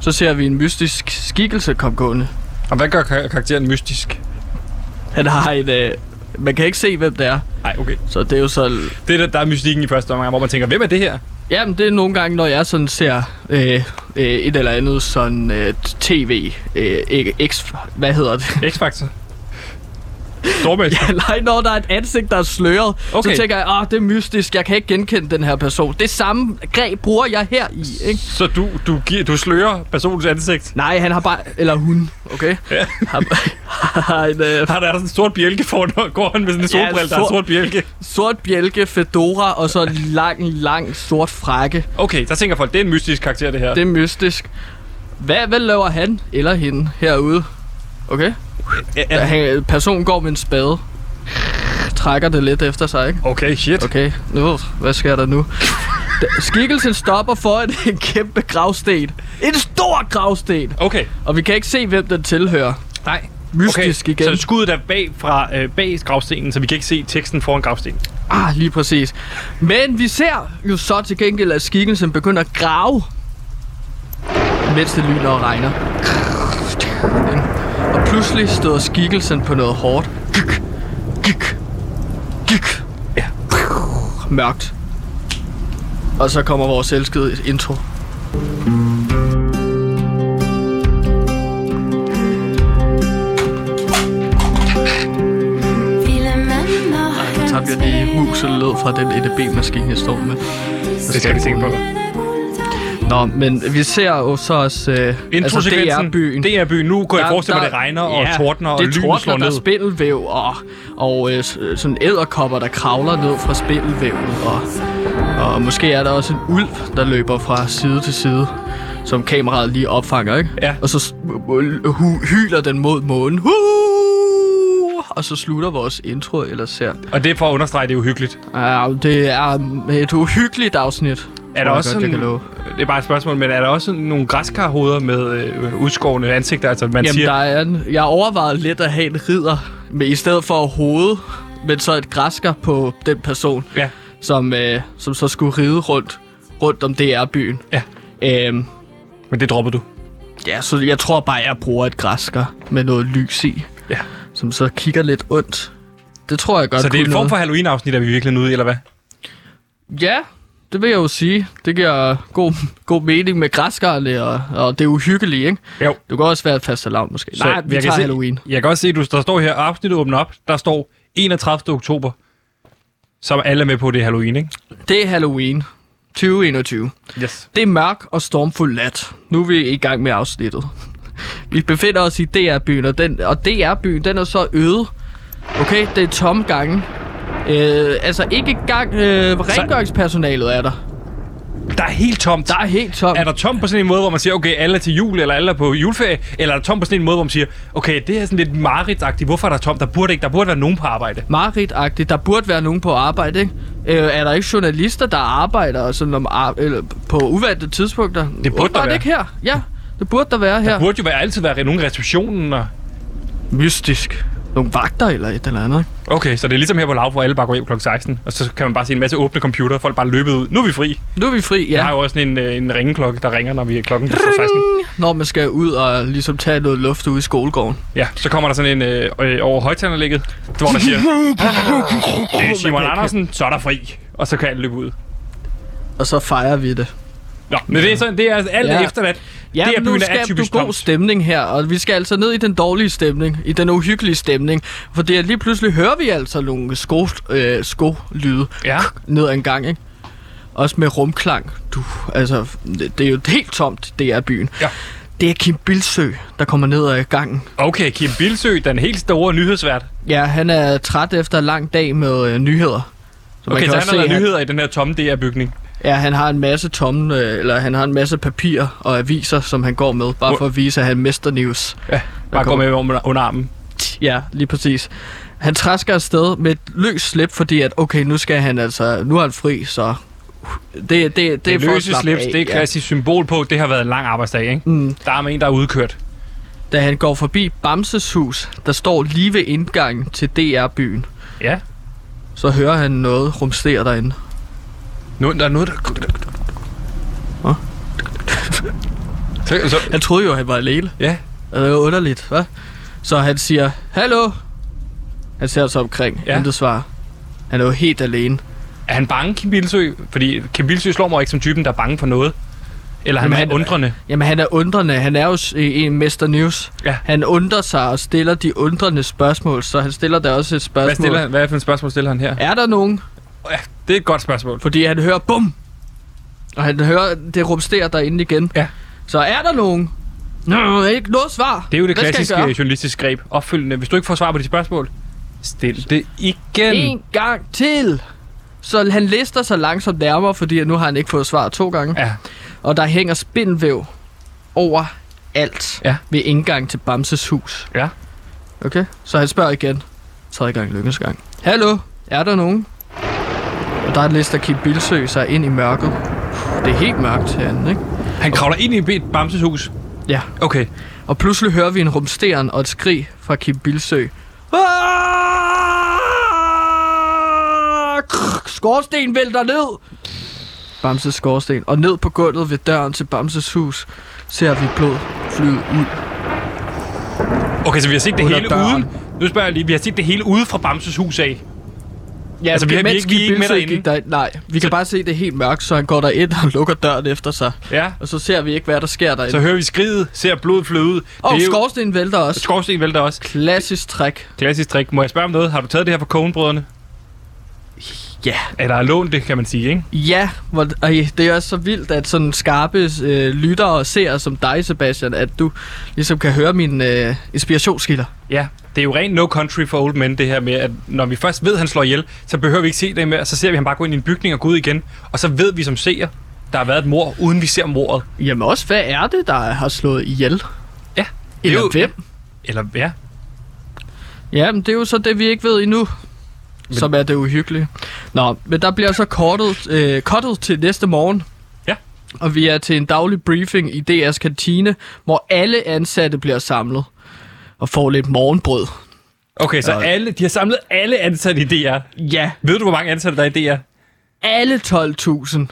[SPEAKER 2] så ser vi en mystisk skikkelse komme gående.
[SPEAKER 1] Og hvad gør kar- karakteren mystisk?
[SPEAKER 2] Han har en... Øh, man kan ikke se, hvem det er.
[SPEAKER 1] Nej, okay.
[SPEAKER 2] Så det er jo så...
[SPEAKER 1] Det er der, der er mystikken i første omgang, hvor man tænker, hvem er det her?
[SPEAKER 2] Jamen, det er nogle gange, når jeg sådan ser øh, øh, et eller andet sådan øh, tv... Øh, ikke- X... Hvad hedder det?
[SPEAKER 1] X-Factor. Stormester.
[SPEAKER 2] Ja, nej, når der er et ansigt, der er sløret, okay.
[SPEAKER 1] Okay.
[SPEAKER 2] så tænker jeg, åh, det er mystisk, jeg kan ikke genkende den her person. Det samme greb bruger jeg her i, ikke?
[SPEAKER 1] Så du, du, giver, du slører personens ansigt.
[SPEAKER 2] Nej, han har bare... Eller hun, okay? Ja. Har, har en øh,
[SPEAKER 1] Har der er sådan en sort bjælke foran, og går han med sådan en
[SPEAKER 2] Ja,
[SPEAKER 1] solbrille, der er
[SPEAKER 2] sort-
[SPEAKER 1] en sort bjælke.
[SPEAKER 2] sort bjælke, fedora og så en lang, lang sort frakke.
[SPEAKER 1] Okay, der tænker folk, det er en mystisk karakter, det her.
[SPEAKER 2] Det er mystisk. Hvad, hvad laver han eller hende herude? Okay?
[SPEAKER 1] er,
[SPEAKER 2] Ja. Han, personen går med en spade. Trækker det lidt efter sig, ikke?
[SPEAKER 1] Okay, shit. Okay.
[SPEAKER 2] Okay, nu, hvad sker der nu? Da- Skikkelsen stopper foran en kæmpe gravsten. En stor gravsten!
[SPEAKER 1] okay.
[SPEAKER 2] Og vi kan ikke se, hvem den tilhører.
[SPEAKER 1] Nej.
[SPEAKER 2] Mystisk
[SPEAKER 1] okay.
[SPEAKER 2] igen.
[SPEAKER 1] Så skuddet er bag, fra, øh, bag gravstenen, så vi kan ikke se teksten foran gravstenen.
[SPEAKER 2] Ah, lige præcis. Men vi ser jo så til gengæld, at skikkelsen begynder at grave, mens det lyner og regner. Og pludselig støder skikkelsen på noget hårdt. Gik, gik, gik. Ja. Mørkt. Og så kommer vores elskede intro.
[SPEAKER 5] Så
[SPEAKER 2] Så bliver det mus og lød fra den EDB-maskine, jeg står med.
[SPEAKER 1] Det skal vi tænke på.
[SPEAKER 2] Nå, men vi ser jo så også... Øh, altså DR-byen.
[SPEAKER 1] Det er byen. Nu går jeg forestille mig, at det regner og tordner og
[SPEAKER 2] det
[SPEAKER 1] lynet
[SPEAKER 2] tordner,
[SPEAKER 1] slår
[SPEAKER 2] der er
[SPEAKER 1] ned.
[SPEAKER 2] spindelvæv og, og øh, s- sådan æderkopper, der kravler ned fra spindelvævet. Og, og måske er der også en ulv, der løber fra side til side, som kameraet lige opfanger, ikke?
[SPEAKER 1] Ja.
[SPEAKER 2] Og så s- hu- hu- hyler den mod månen. Hu! Og så slutter vores intro ellers her.
[SPEAKER 1] Og det er for at understrege, det er uhyggeligt.
[SPEAKER 2] Ja, det er um, et uhyggeligt afsnit.
[SPEAKER 1] Er
[SPEAKER 2] tror
[SPEAKER 1] der
[SPEAKER 2] jeg
[SPEAKER 1] også
[SPEAKER 2] godt, jeg
[SPEAKER 1] sådan,
[SPEAKER 2] kan love.
[SPEAKER 1] det er bare et spørgsmål, men er der også nogle græskarhoveder med øh, udskårende ansigter? Altså, man
[SPEAKER 2] Jamen,
[SPEAKER 1] siger,
[SPEAKER 2] der er en, jeg overvejede lidt at have en ridder, men i stedet for hovedet, men så et græsker på den person,
[SPEAKER 1] Ja.
[SPEAKER 2] som, øh, som så skulle ride rundt, rundt om DR-byen.
[SPEAKER 1] Ja.
[SPEAKER 2] Øhm,
[SPEAKER 1] Men det dropper du.
[SPEAKER 2] ja, så jeg tror bare, jeg bruger et græsker med noget lys i,
[SPEAKER 1] Ja.
[SPEAKER 2] som så kigger lidt ondt. Det tror jeg godt
[SPEAKER 1] Så det er en
[SPEAKER 2] kunne
[SPEAKER 1] form for
[SPEAKER 2] noget.
[SPEAKER 1] Halloween-afsnit, er vi virkelig ude i, eller hvad?
[SPEAKER 2] Ja, det vil jeg jo sige. Det giver god, god mening med græskerne, og, og det er uhyggeligt, ikke?
[SPEAKER 1] Jo.
[SPEAKER 2] Det kan også være et fastelavn, måske. Nej, vi
[SPEAKER 1] jeg
[SPEAKER 2] tager
[SPEAKER 1] kan
[SPEAKER 2] Halloween.
[SPEAKER 1] Se, jeg kan også se, at du, der står her, afsnittet åbner op, der står 31. oktober. Så er alle med på, at det er Halloween, ikke?
[SPEAKER 2] Det er Halloween 2021.
[SPEAKER 1] Yes.
[SPEAKER 2] Det er mørk og stormfuld nat. Nu er vi i gang med afsnittet. Vi befinder os i DR-byen, og, den, og DR-byen den er så øde. Okay, det er tomme gange. Øh, altså ikke engang øh, rengøringspersonalet er der.
[SPEAKER 1] Der er helt tomt.
[SPEAKER 2] Der er helt tomt.
[SPEAKER 1] Er der tom på sådan en måde, hvor man siger, okay, alle er til jul, eller alle er på juleferie? Eller er der tom på sådan en måde, hvor man siger, okay, det er sådan lidt mareridtagtigt. Hvorfor er der tom? Der burde ikke. Der burde være nogen på arbejde.
[SPEAKER 2] Marit-agtigt. Der burde være nogen på arbejde, ikke? Øh, er der ikke journalister, der arbejder og sådan om, ar- eller på uvante tidspunkter?
[SPEAKER 1] der
[SPEAKER 2] Åbenbart
[SPEAKER 1] være.
[SPEAKER 2] ikke her. Ja, det burde der være her.
[SPEAKER 1] Der burde jo være, altid være nogen i receptionen. Og...
[SPEAKER 2] Mystisk. Nogle vagter eller et eller andet. ikke?
[SPEAKER 1] Okay, så det er ligesom her på lav, hvor alle bare går hjem kl. 16. Og så kan man bare se en masse åbne computer, folk bare løbet ud. Nu er vi fri. Ja.
[SPEAKER 2] Nu er vi fri, ja.
[SPEAKER 1] Jeg har jo også sådan en, øh, en ringeklokke, der ringer, når vi er klokken slår 16.
[SPEAKER 2] når man skal ud og ligesom tage noget luft ude i skolegården.
[SPEAKER 1] Ja, så kommer der sådan en øh, øh, over højtanderlægget, hvor der siger, "Ah, det er Simon Andersen, så er der fri. Og så kan alle løbe ud.
[SPEAKER 2] Og så fejrer vi det.
[SPEAKER 1] Nå, men det er, sådan, det er altså alt
[SPEAKER 2] Ja.
[SPEAKER 1] ja. efterladt. det er
[SPEAKER 2] Jamen, nu
[SPEAKER 1] byen er
[SPEAKER 2] skal
[SPEAKER 1] typisk
[SPEAKER 2] du god
[SPEAKER 1] tomt.
[SPEAKER 2] stemning her, og vi skal altså ned i den dårlige stemning, i den uhyggelige stemning, for det er lige pludselig hører vi altså nogle sko, øh, skolyde
[SPEAKER 1] Ja.
[SPEAKER 2] ned ad en gang, ikke? Også med rumklang. Du, altså, det, det er jo helt tomt, det er byen.
[SPEAKER 1] Ja.
[SPEAKER 2] Det er Kim Bilsø, der kommer ned ad gangen.
[SPEAKER 1] Okay, Kim Bilsø, den helt store nyhedsvært.
[SPEAKER 2] Ja, han er træt efter en lang dag med øh, nyheder. Så
[SPEAKER 1] Okay, så han
[SPEAKER 2] også
[SPEAKER 1] har lavet
[SPEAKER 2] se, at-
[SPEAKER 1] nyheder i den her tomme DR-bygning.
[SPEAKER 2] Ja, han har en masse tomme, øh, eller han har en masse papirer og aviser, som han går med, bare
[SPEAKER 1] Hvor-
[SPEAKER 2] for at vise, at han mister news.
[SPEAKER 1] Ja, bare
[SPEAKER 2] kommer-
[SPEAKER 1] går med om- under armen.
[SPEAKER 2] Ja, lige præcis. Han træsker afsted med et løst slip, fordi at, okay, nu skal han altså, nu er han fri, så det, det, det,
[SPEAKER 1] Det,
[SPEAKER 2] er for at
[SPEAKER 1] løse
[SPEAKER 2] slappe
[SPEAKER 1] slips,
[SPEAKER 2] af,
[SPEAKER 1] det er et
[SPEAKER 2] ja.
[SPEAKER 1] klassisk symbol på, at det har været en lang arbejdsdag, ikke?
[SPEAKER 2] Mm.
[SPEAKER 1] Der er med en, der er udkørt.
[SPEAKER 2] Da han går forbi Bamses hus, der står lige ved indgangen til DR-byen,
[SPEAKER 1] Ja.
[SPEAKER 2] så hører han noget rumstere derinde.
[SPEAKER 1] Nu, der er noget, der...
[SPEAKER 2] Hå?
[SPEAKER 1] Så, så,
[SPEAKER 2] Han troede jo, han var alene.
[SPEAKER 1] ja,
[SPEAKER 2] Og Det er underligt, hva'? Så han siger, hallo? Han ser sig omkring.
[SPEAKER 1] Ja.
[SPEAKER 2] Ja. Intet svar. Han er jo helt alene.
[SPEAKER 1] Er han bange, Kim Bilsø? Fordi Kim Bilsø slår mig ikke som typen, der er bange for noget. Eller han
[SPEAKER 2] Jamen,
[SPEAKER 1] er
[SPEAKER 2] han-
[SPEAKER 1] undrende.
[SPEAKER 2] Jamen, han er undrende. Han er jo s- øh, en Mester News.
[SPEAKER 1] Ja.
[SPEAKER 2] Han undrer sig og stiller de undrende spørgsmål, så han stiller der også et spørgsmål.
[SPEAKER 1] Hvad, stiller, han- hvad for en spørgsmål stiller han her?
[SPEAKER 2] Er der nogen?
[SPEAKER 1] Ja, det er et godt spørgsmål.
[SPEAKER 2] Fordi han hører bum! Og han hører, det rumsterer derinde igen.
[SPEAKER 1] Ja.
[SPEAKER 2] Så er der nogen? Nå, ikke noget svar.
[SPEAKER 1] Det er jo det
[SPEAKER 2] Hvad skal jeg
[SPEAKER 1] klassiske
[SPEAKER 2] gøre?
[SPEAKER 1] journalistiske greb. Opfølgende. Hvis du ikke får svar på de spørgsmål, stil det igen.
[SPEAKER 2] En gang til! Så han lister sig langsomt nærmere, fordi nu har han ikke fået svar to gange.
[SPEAKER 1] Ja.
[SPEAKER 2] Og der hænger spindvæv over alt
[SPEAKER 1] Ja.
[SPEAKER 2] ved indgang til Bamses hus.
[SPEAKER 1] Ja.
[SPEAKER 2] Okay, så han spørger igen. Tredje gang lykkes gang. Hallo, er der nogen? Og der lister Kim Bilsø sig ind i mørket. Det er helt mørkt herinde, ikke?
[SPEAKER 1] Han kravler ind i et Bamses hus.
[SPEAKER 2] Ja.
[SPEAKER 1] Okay.
[SPEAKER 2] Og pludselig hører vi en rumsteren og et skrig fra Kim Bilsø. Ah! Krrr, Skorsten vælter ned! Bamses skorsten. Og ned på gulvet ved døren til Bamses hus ser vi blod flyde ud.
[SPEAKER 1] Okay, så vi har set det
[SPEAKER 2] Under
[SPEAKER 1] hele
[SPEAKER 2] døren.
[SPEAKER 1] ude. Nu spørger jeg lige, vi har set det hele ude fra Bamses hus af.
[SPEAKER 2] Ja,
[SPEAKER 1] Altså, vi har- vi er
[SPEAKER 2] mens
[SPEAKER 1] ikke- vi er
[SPEAKER 2] Kim
[SPEAKER 1] ikke med
[SPEAKER 2] Bilsøe
[SPEAKER 1] derinde.
[SPEAKER 2] gik Der, nej, vi kan
[SPEAKER 1] Så-
[SPEAKER 2] bare se det er helt mørkt, så han går derind og lukker døren efter sig.
[SPEAKER 1] Ja.
[SPEAKER 2] Og så ser vi ikke, hvad der sker derinde.
[SPEAKER 1] Så hører vi skriget, ser blod flyde ud.
[SPEAKER 2] og
[SPEAKER 1] Det er jo-
[SPEAKER 2] skorstenen vælter også.
[SPEAKER 1] Skorsten vælter også.
[SPEAKER 2] Klassisk træk.
[SPEAKER 1] Klassisk trick. Må jeg spørge om noget? Har du taget det her fra Coen-brødrene?
[SPEAKER 2] Ja.
[SPEAKER 1] Eller har lånt det, kan man sige, ikke?
[SPEAKER 2] Ja, hvor, ej, det er også så vildt, at sådan skarpe øh, lyttere og seere som dig, Sebastian, at du ligesom kan høre mine øh, inspirationskilder.
[SPEAKER 1] Ja, det er jo rent no country for old men, det her med, at når vi først ved, at han slår ihjel, så behøver vi ikke se det mere, så ser vi ham bare gå ind i en bygning og gå ud igen, og så ved vi som seer, der har været et mor, uden vi ser mordet.
[SPEAKER 2] Jamen også, hvad er det, der har slået ihjel?
[SPEAKER 1] Ja, det er
[SPEAKER 2] Eller
[SPEAKER 1] jo-
[SPEAKER 2] hvem?
[SPEAKER 1] Eller ja,
[SPEAKER 2] Jamen, det er jo så det, vi ikke ved endnu. Men... Som er det uhyggelige. Nå, men der bliver så kortet, øh, kortet til næste morgen.
[SPEAKER 1] Ja.
[SPEAKER 2] Og vi er til en daglig briefing i DR's kantine, hvor alle ansatte bliver samlet og får lidt morgenbrød.
[SPEAKER 1] Okay, så alle, de har samlet alle ansatte i DR.
[SPEAKER 2] Ja,
[SPEAKER 1] Ved du, hvor mange ansatte der er i DR?
[SPEAKER 2] alle 12.000.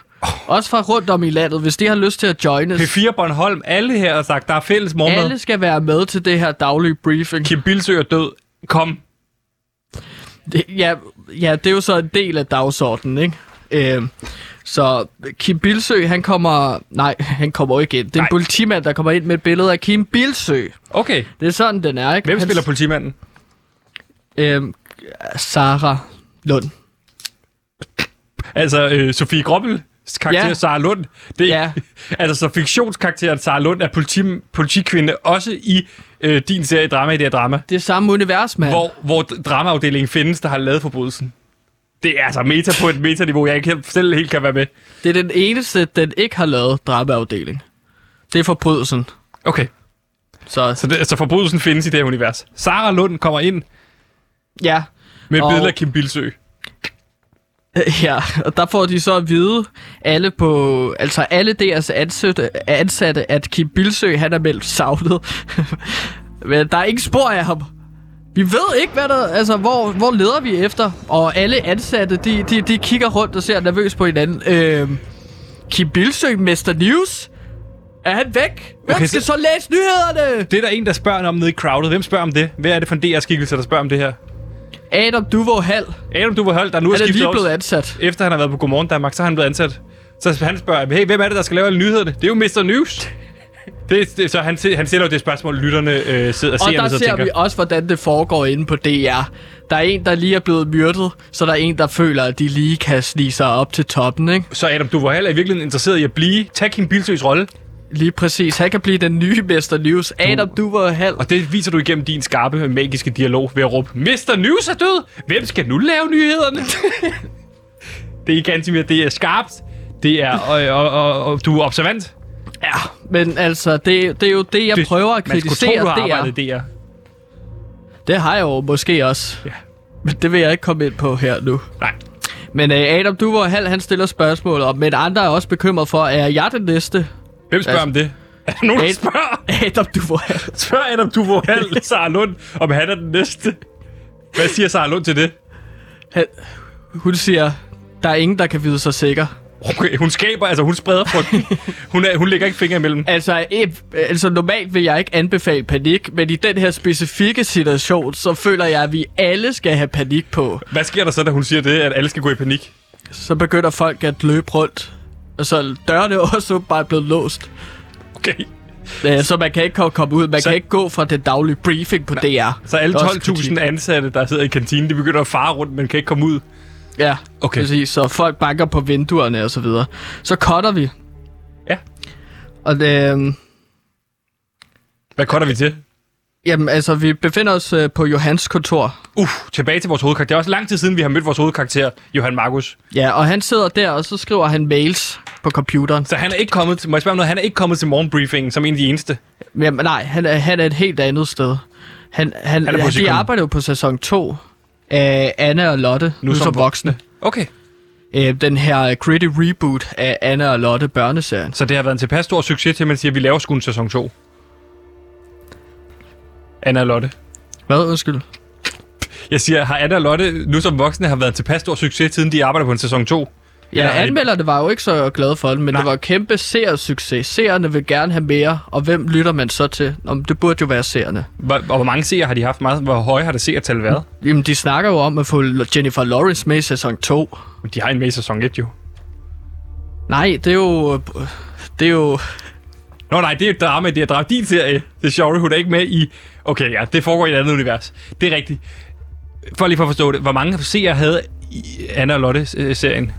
[SPEAKER 2] Også fra rundt om i landet, hvis de har lyst til at joine.
[SPEAKER 1] P4 Bornholm, alle her har sagt, der er fælles morgenmad.
[SPEAKER 2] Alle skal være med til det her daglige briefing.
[SPEAKER 1] Kim Bilsø er død. Kom.
[SPEAKER 2] Det- Ja, ja, det er jo så en del af dagsordenen, ikke? Øh, så Kim Bilsø, han kommer... Nej, han kommer jo ikke ind. Det er en
[SPEAKER 1] Nej.
[SPEAKER 2] politimand, der kommer ind med et billede af Kim Bilsø.
[SPEAKER 1] Okay.
[SPEAKER 2] Det er sådan, den er, ikke?
[SPEAKER 1] Hvem
[SPEAKER 2] Han-
[SPEAKER 1] spiller politimanden?
[SPEAKER 2] Øh, Sara Lund.
[SPEAKER 1] Altså, øh, Sofie Grobbel karakter ja.
[SPEAKER 2] Ja.
[SPEAKER 1] Sara Lund. Det, ja.
[SPEAKER 2] Ja.
[SPEAKER 1] Altså, så fiktionskarakteren Sara Lund er politi, politikvinde også i øh, din serie Drama i det her drama,
[SPEAKER 2] Det er samme univers, mand.
[SPEAKER 1] hvor, hvor dramaafdelingen findes, der har lavet forbrydelsen. Det er altså meta på et metaniveau, jeg ikke helt- selv helt kan være med.
[SPEAKER 2] Det er den eneste, den ikke har lavet drabeafdeling. Det er forbrydelsen.
[SPEAKER 1] Okay,
[SPEAKER 2] Så,
[SPEAKER 1] så, det, så forbrydelsen findes i det her univers. Sara Lund kommer ind
[SPEAKER 2] ja.
[SPEAKER 1] med et
[SPEAKER 2] Og-
[SPEAKER 1] billede af Kim Bilsø.
[SPEAKER 2] Ja, og der får de så at vide, alle på, altså alle deres ansatte, ansatte at Kim Bilsø, han er meldt savnet. Men der er ikke spor af ham. Vi ved ikke, hvad der, altså, hvor, hvor leder vi efter. Og alle ansatte, de, de, de kigger rundt og ser nervøst på hinanden. Øh, Kim Bilsø, Mester News, er han væk? Hvem
[SPEAKER 1] Okay,
[SPEAKER 2] okay, skal
[SPEAKER 1] så-
[SPEAKER 2] så læse nyhederne?
[SPEAKER 1] Det er der en, der spørger om nede i crowdet. Hvem spørger om det? Hvad er det for en DR-skikkelse, der spørger om det her?
[SPEAKER 2] Adam Duvå Hall,
[SPEAKER 1] Adam, du var holdt, der nu er
[SPEAKER 2] han er
[SPEAKER 1] skiftet
[SPEAKER 2] lige
[SPEAKER 1] over-
[SPEAKER 2] blevet ansat.
[SPEAKER 1] Efter han har været på Godmorgen Danmark, så er han blevet ansat. Så han spørger, hey, hvem er det, der skal lave alle nyhederne? Det er jo Mr. News. Det, det, så han, se- han stiller jo det spørgsmål, lytterne øh, sidder og
[SPEAKER 2] Og
[SPEAKER 1] seerne
[SPEAKER 2] der
[SPEAKER 1] så
[SPEAKER 2] ser
[SPEAKER 1] tænker.
[SPEAKER 2] vi også, hvordan det foregår inde på DR. Der er en, der lige er blevet myrdet, så der er en, der føler, at de lige kan snige sig op til toppen, ikke?
[SPEAKER 1] Så Adam, du var heller i virkeligheden interesseret i at blive. Tag Kim Bilsøs rolle,
[SPEAKER 2] Lige præcis. Han kan blive den nye Mester News. Adam, du var halv.
[SPEAKER 1] og det viser du igennem din skarpe, magiske dialog ved at råbe, Mr. News er død! Hvem skal nu lave nyhederne? det er ikke antimere, det er skarpt. Det er, og, og, og, og du er observant.
[SPEAKER 2] Ja, men altså, det, det er jo det, jeg
[SPEAKER 1] Det-
[SPEAKER 2] det, prøver at
[SPEAKER 1] Man skulle tro, du
[SPEAKER 2] kritisere
[SPEAKER 1] har
[SPEAKER 2] DR.
[SPEAKER 1] arbejdet i DR.
[SPEAKER 2] Det har jeg jo måske også.
[SPEAKER 1] Ja.
[SPEAKER 2] Men det vil jeg ikke komme ind på her nu.
[SPEAKER 1] Nej.
[SPEAKER 2] Men øh, Adam, du var halv, han stiller spørgsmål, og men andre er også bekymret for, er jeg den næste?
[SPEAKER 1] Hvem spørger
[SPEAKER 2] Altså-
[SPEAKER 1] om det? Er der nogen, der
[SPEAKER 2] Ad-
[SPEAKER 1] spørger?
[SPEAKER 2] Adam, du var halv.
[SPEAKER 1] Spørg Adam Duvold Sara Lund, om han er den næste. Hvad siger Sara Lund til det?
[SPEAKER 2] Hun siger, der er ingen, der kan vide sig sikker.
[SPEAKER 1] Okay, hun skaber, altså hun spreder frygten. Hun, er, hun lægger ikke fingre imellem.
[SPEAKER 2] Altså, eh, altså, normalt vil jeg ikke anbefale panik, men i den her specifikke situation, så føler jeg, at vi alle skal have panik på.
[SPEAKER 1] Hvad sker der så, da hun siger det, at alle skal gå i panik?
[SPEAKER 2] Så begynder folk at løbe rundt. Og så dørene er også bare blevet låst.
[SPEAKER 1] Okay.
[SPEAKER 2] Øh, Så man kan ikke ko- komme ud. Man
[SPEAKER 1] Så-
[SPEAKER 2] så... kan ikke gå fra den daglige briefing på DR.
[SPEAKER 1] Så alle
[SPEAKER 2] Der er også kritik.
[SPEAKER 1] 12.000 ansatte, der sidder i kantinen, de begynder at fare rundt, men kan ikke komme ud.
[SPEAKER 2] Ja,
[SPEAKER 1] Okay.
[SPEAKER 2] okay. præcis. Så folk banker på vinduerne og så videre. Så cutter vi.
[SPEAKER 1] Ja.
[SPEAKER 2] Og øh, det,
[SPEAKER 1] Hvad cutter vi til?
[SPEAKER 2] jamen, altså, vi befinder os øh, på Johans kontor.
[SPEAKER 1] Uff, tilbage til vores hovedkarakter. Det er også lang tid siden, vi har mødt vores hovedkarakter, Johan Markus.
[SPEAKER 2] Ja, og han sidder der, og så skriver han mails på computeren.
[SPEAKER 1] Så han er ikke kommet til, må jeg spørge om noget, han er ikke kommet til morgenbriefingen som en af de eneste.
[SPEAKER 2] Jamen, nej, han er, han er et helt andet sted. Han, han,
[SPEAKER 1] Han er
[SPEAKER 2] han,
[SPEAKER 1] på
[SPEAKER 2] han
[SPEAKER 1] sit
[SPEAKER 2] de
[SPEAKER 1] kon-
[SPEAKER 2] arbejder jo på sæson 2 af Anna og Lotte, nu, nu
[SPEAKER 1] som
[SPEAKER 2] som, voksne.
[SPEAKER 1] Okay.
[SPEAKER 2] Øh, den her øh, gritty reboot af Anna og Lotte børneserien.
[SPEAKER 1] Så det har været en tilpas stor succes til, at man siger, at vi laver sgu en sæson 2. Anna og Lotte.
[SPEAKER 2] Hvad, undskyld?
[SPEAKER 1] Jeg siger, har Anna og Lotte nu som voksne har været en tilpas stor succes, siden de arbejder på en sæson 2?
[SPEAKER 2] Ja,
[SPEAKER 1] Eller er
[SPEAKER 2] ja
[SPEAKER 1] det-
[SPEAKER 2] anmelderne var jo ikke så glade for det, men
[SPEAKER 1] Nej.
[SPEAKER 2] Nej. det var et kæmpe seersucces. Seerne vil gerne have mere, og hvem lytter man så til? Om det burde jo være seerne.
[SPEAKER 1] Hvor, og hvor mange seere har de haft? Meget, hvor høje har det seertal været?
[SPEAKER 2] Jamen, de snakker jo om at få Jennifer Lawrence med i sæson 2.
[SPEAKER 1] Men De har en med i sæson 1 jo.
[SPEAKER 2] Nej, det er jo... øh, Det er jo...
[SPEAKER 1] Nå nej, det er jo et drama, det er et drama. Din serie, The Shower, hun er ikke med i... Okay, ja, det foregår i et andet univers. Det er rigtigt. For lige for at forstå det, hvor mange seere havde i Anna og øh, Lotte-serien?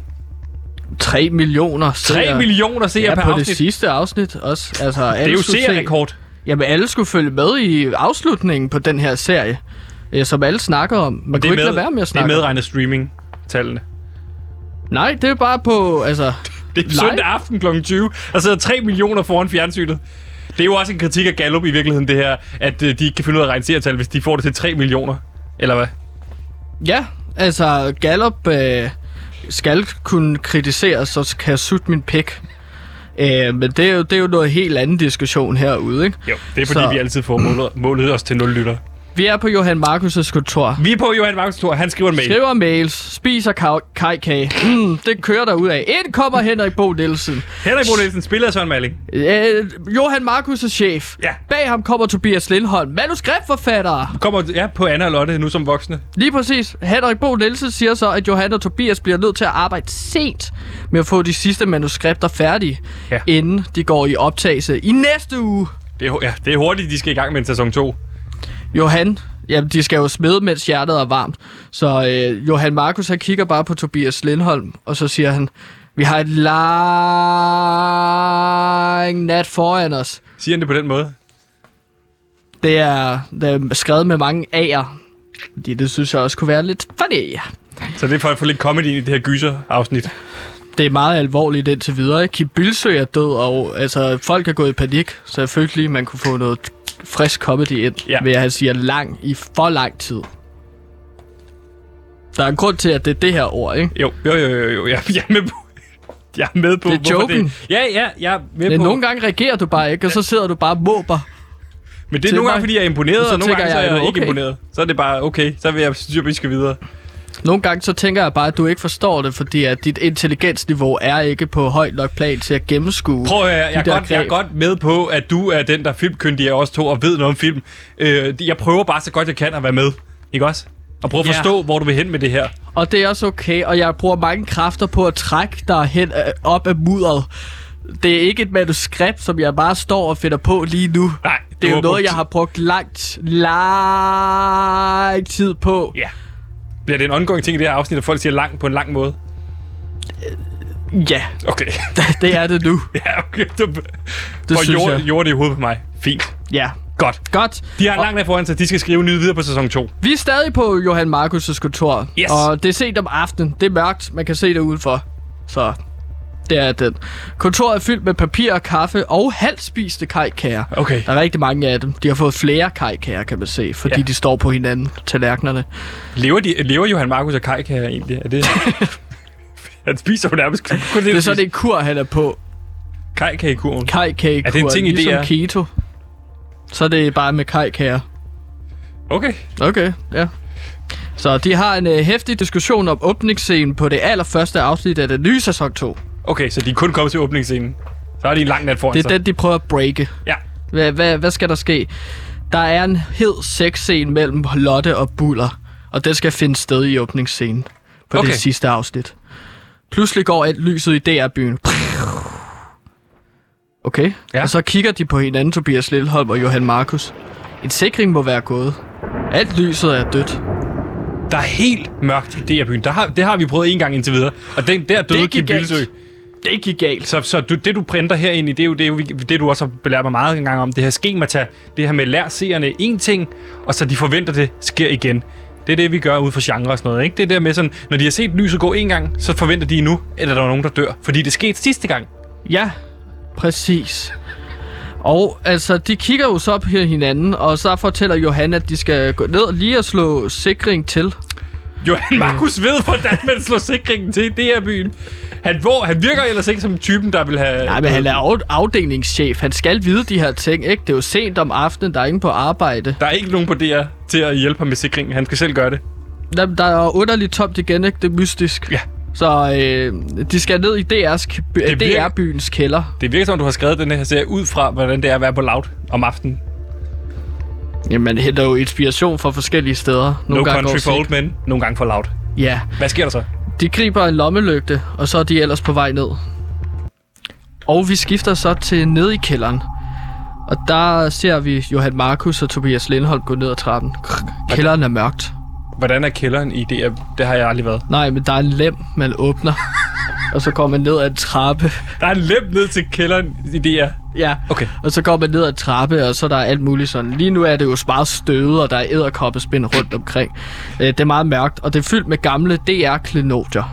[SPEAKER 2] 3 millioner
[SPEAKER 1] 3
[SPEAKER 2] seere.
[SPEAKER 1] millioner seere
[SPEAKER 2] Ja,
[SPEAKER 1] per
[SPEAKER 2] på
[SPEAKER 1] afsnit.
[SPEAKER 2] det sidste afsnit også. Altså,
[SPEAKER 1] det
[SPEAKER 2] alle
[SPEAKER 1] er jo
[SPEAKER 2] skulle se-
[SPEAKER 1] seerrekord.
[SPEAKER 2] Jamen, alle skulle følge med i afslutningen på den her serie, øh, som alle snakker om. Man kunne
[SPEAKER 1] Det er,
[SPEAKER 2] ikke lade være med at
[SPEAKER 1] det er
[SPEAKER 2] snakke om.
[SPEAKER 1] medregnet streaming-tallene.
[SPEAKER 2] Nej, det er bare på... Altså,
[SPEAKER 1] Det er
[SPEAKER 2] Live?
[SPEAKER 1] søndag aften kl. 20. Der sidder 3 millioner foran fjernsynet. Det er jo også en kritik af Gallup i virkeligheden, det her, at øh, de ikke kan finde ud af at regne seertal, hvis de får det til 3 millioner. Eller hvad?
[SPEAKER 2] Ja, altså Gallup øh, skal kunne kritisere, så kan jeg sutte min pik. Øh, men det er, jo, det er jo noget helt anden diskussion herude, ikke?
[SPEAKER 1] Jo, det er fordi,
[SPEAKER 2] Så-
[SPEAKER 1] så... vi altid får målet, målet os til 0 lytter.
[SPEAKER 2] Vi er på Johan Markus' kontor.
[SPEAKER 1] Vi er på Johan Markus Thor. Han skriver en mail.
[SPEAKER 2] Skriver mails, spiser kav- kajkage. Mm, det kører der ud af. Ind kommer Henrik Bo Nielsen.
[SPEAKER 1] Henrik Bo Nielsen spiller Søren Malling.
[SPEAKER 2] Øh, Johan Markus' chef.
[SPEAKER 1] Ja.
[SPEAKER 2] Bag ham kommer Tobias Lindholm, manuskriptforfatter.
[SPEAKER 1] Kommer ja, på Anna og Lotte nu som voksne.
[SPEAKER 2] Lige præcis. Henrik Bo Nielsen siger så, at Johan og Tobias bliver nødt til at arbejde sent med at få de sidste manuskripter færdige,
[SPEAKER 1] Ja.
[SPEAKER 2] ja. inden de går i optagelse i næste uge.
[SPEAKER 1] Det er, hu- ja, det er hurtigt, de skal i gang med en sæson 2.
[SPEAKER 2] Johan, jamen de skal jo smede, mens hjertet er varmt. Så øh, Johan Markus, han kigger bare på Tobias Lindholm, og så siger han, vi har et lang nat foran os.
[SPEAKER 1] Siger han det på den måde?
[SPEAKER 2] Det er, det er skrevet med mange A'er. Fordi det synes jeg også kunne være lidt funny.
[SPEAKER 1] Så det er for at få lidt comedy ind i det her gyser-afsnit.
[SPEAKER 2] Det er meget alvorligt indtil videre. ikke? Kim Bilsø er død, og altså, folk er gået i panik. Så jeg følte lige, man kunne få noget frisk comedy ind,
[SPEAKER 1] Ja.
[SPEAKER 2] ja. ved at han siger lang i for lang tid. Der er en grund til, at det er det her ord, ikke?
[SPEAKER 1] Jo, jo, jo, jo, jo. Jeg, jeg er med på... Jeg er med på,
[SPEAKER 2] Det er
[SPEAKER 1] hvorfor
[SPEAKER 2] joken.
[SPEAKER 1] Det, ja, ja, jeg er med
[SPEAKER 2] Men
[SPEAKER 1] på...
[SPEAKER 2] nogle gange reagerer du bare ikke, og så sidder du bare og måber.
[SPEAKER 1] Men det er nogle
[SPEAKER 2] Til
[SPEAKER 1] gange,
[SPEAKER 2] mig.
[SPEAKER 1] fordi jeg er imponeret,
[SPEAKER 2] Så
[SPEAKER 1] og nogle
[SPEAKER 2] tænker
[SPEAKER 1] gange så er
[SPEAKER 2] jeg,
[SPEAKER 1] jeg
[SPEAKER 2] er du
[SPEAKER 1] ikke
[SPEAKER 2] okay?
[SPEAKER 1] imponeret. Så er det bare, okay, så vil jeg synes, vi skal videre.
[SPEAKER 2] Nogle gange så tænker jeg bare, at du ikke forstår det, fordi at dit intelligensniveau er ikke på højt nok plan til at gennemskue.
[SPEAKER 1] Prøv at høre, jeg, er
[SPEAKER 2] de der
[SPEAKER 1] godt, jeg er
[SPEAKER 2] greb.
[SPEAKER 1] godt med på, at du er den, der er filmkyndig af os to, og ved noget om film. Øh, jeg prøver bare så godt, jeg kan at være med. Ikke også? Og prøve at
[SPEAKER 2] Ja.
[SPEAKER 1] forstå, hvor du vil hen med det her.
[SPEAKER 2] Og det er også okay, og jeg bruger mange kræfter på at trække dig hen øh, op af mudderet. Det er ikke et manuskript, som jeg bare står og finder på lige nu.
[SPEAKER 1] Nej,
[SPEAKER 2] Det er jo noget, jeg
[SPEAKER 1] har...
[SPEAKER 2] har brugt langt, lang tid på.
[SPEAKER 1] Ja. Bliver det en ongoing ting i det her afsnit, at folk siger lang på en lang måde?
[SPEAKER 2] Ja,
[SPEAKER 1] Okay.
[SPEAKER 2] det er det nu.
[SPEAKER 1] ja, okay. Du,
[SPEAKER 2] Det
[SPEAKER 1] og
[SPEAKER 2] synes
[SPEAKER 1] jord,
[SPEAKER 2] jeg.
[SPEAKER 1] jord i hovedet på mig. Fint.
[SPEAKER 2] Ja.
[SPEAKER 1] Godt.
[SPEAKER 2] Godt.
[SPEAKER 1] De har langt af foran sig. De skal skrive nyt videre på sæson 2.
[SPEAKER 2] Vi er stadig på Johan Markus' kontor.
[SPEAKER 1] Yes.
[SPEAKER 2] Og det er sent om aftenen. Det er mørkt. Man kan se det udenfor. Så det er den. Kontoret er fyldt med papir og kaffe og halvspiste kajkager.
[SPEAKER 1] Okay.
[SPEAKER 2] Der er rigtig mange af dem. De har fået flere kajkager, kan man se, fordi
[SPEAKER 1] Ja.
[SPEAKER 2] ja. de står på hinanden, tallerkenerne.
[SPEAKER 1] Lever, de, lever Johan Markus og Kai her egentlig? Er det... Han spiser jo nærmest kun det,
[SPEAKER 2] Det er sådan en kur, han er på.
[SPEAKER 1] Kai i kurven.
[SPEAKER 2] Kajkagekur,
[SPEAKER 1] Er det en ting i
[SPEAKER 2] ligesom
[SPEAKER 1] DR?
[SPEAKER 2] keto. Så er det bare med kajkager.
[SPEAKER 1] Okay.
[SPEAKER 2] Okay, ja. øh, Så de har en hæftig diskussion om åbningsscenen på det allerførste afsnit af den nye sæson 2.
[SPEAKER 1] Okay, så de er kun kommet til åbningsscenen. Så har de en lang nat foran
[SPEAKER 2] Det er
[SPEAKER 1] sig.
[SPEAKER 2] den, de prøver at breake.
[SPEAKER 1] Ja.
[SPEAKER 2] Hvad, hvad, hvad skal der ske? Der er en hed sexscene mellem Lotte og Buller, og den skal finde sted i åbningsscenen på okay.
[SPEAKER 1] Okay.
[SPEAKER 2] det sidste afsnit. Pludselig går alt lyset i DR-byen. Okay,
[SPEAKER 1] Ja.
[SPEAKER 2] ja. og så kigger de på hinanden, Tobias Lilleholm og Johan Markus. En sikring må være gået. Alt lyset er dødt.
[SPEAKER 1] Der er helt mørkt i DR-byen. Der har, det har vi prøvet en gang indtil videre. Og den, der døde
[SPEAKER 2] gik
[SPEAKER 1] Kim
[SPEAKER 2] galt.
[SPEAKER 1] Bilsø.
[SPEAKER 2] Det gik galt.
[SPEAKER 1] Så, så du, det, du printer herinde, det er jo det, er jo, det du også har belært mig meget engang om. Det her skemata, det her med lær seerne én ting, og så de forventer, det sker igen. Det er det, vi gør ud fra genre og sådan noget. Ikke? Det er der med sådan, når de har set lyset gå en gang, så forventer de nu, at der er nogen, der dør. Fordi det skete sidste gang.
[SPEAKER 2] Ja, præcis. Og altså, de kigger jo så op her hinanden, og så fortæller Johan, at de skal gå ned og lige og slå sikring til. Mm.
[SPEAKER 1] Johan Markus ved, hvordan man slår sikringen til i DR-byen. Han, hvor, han virker ellers ikke som typen, der vil have...
[SPEAKER 2] Nej, men han er af- afdelingschef. Han skal vide de her ting, ikke? Det er jo sent om aftenen, der er ingen på arbejde.
[SPEAKER 1] Der er ikke nogen på DR til at hjælpe ham med sikringen. Han skal selv gøre det.
[SPEAKER 2] Der, der er jo underligt tomt igen, ikke? Det er mystisk.
[SPEAKER 1] Ja.
[SPEAKER 2] Så øh, de skal ned i DR's, k-
[SPEAKER 1] Det virker-
[SPEAKER 2] DR-byens kælder.
[SPEAKER 1] Det virker som, du har skrevet den her serie ud fra, hvordan det er at være på loud om aftenen.
[SPEAKER 2] Jamen, man henter jo inspiration fra forskellige steder.
[SPEAKER 1] No
[SPEAKER 2] gange
[SPEAKER 1] country
[SPEAKER 2] går
[SPEAKER 1] for old
[SPEAKER 2] sent.
[SPEAKER 1] men. Nogle gange for loud.
[SPEAKER 2] Ja.
[SPEAKER 1] Hvad sker der så?
[SPEAKER 2] De griber en lommelygte, og så er de ellers på vej ned. Og vi skifter så til ned i kælderen. Og der ser vi Johan Markus og Tobias Lindholm gå ned ad trappen. Krr, Kælderen er mørkt.
[SPEAKER 1] Hvordan er kælderen i DR? Det har jeg aldrig været.
[SPEAKER 2] Nej, men der er en lem, man åbner. og så går man ned ad en trappe.
[SPEAKER 1] Der er en lem ned til kælderen i DR.
[SPEAKER 2] Ja,
[SPEAKER 1] Okay.
[SPEAKER 2] og så går man ned ad trappe, og så er der alt muligt sådan. Lige nu er det jo meget støde, og der er æderkoppespind rundt omkring. Øh, Det er meget mørkt, og det er fyldt med gamle DR-klenodier.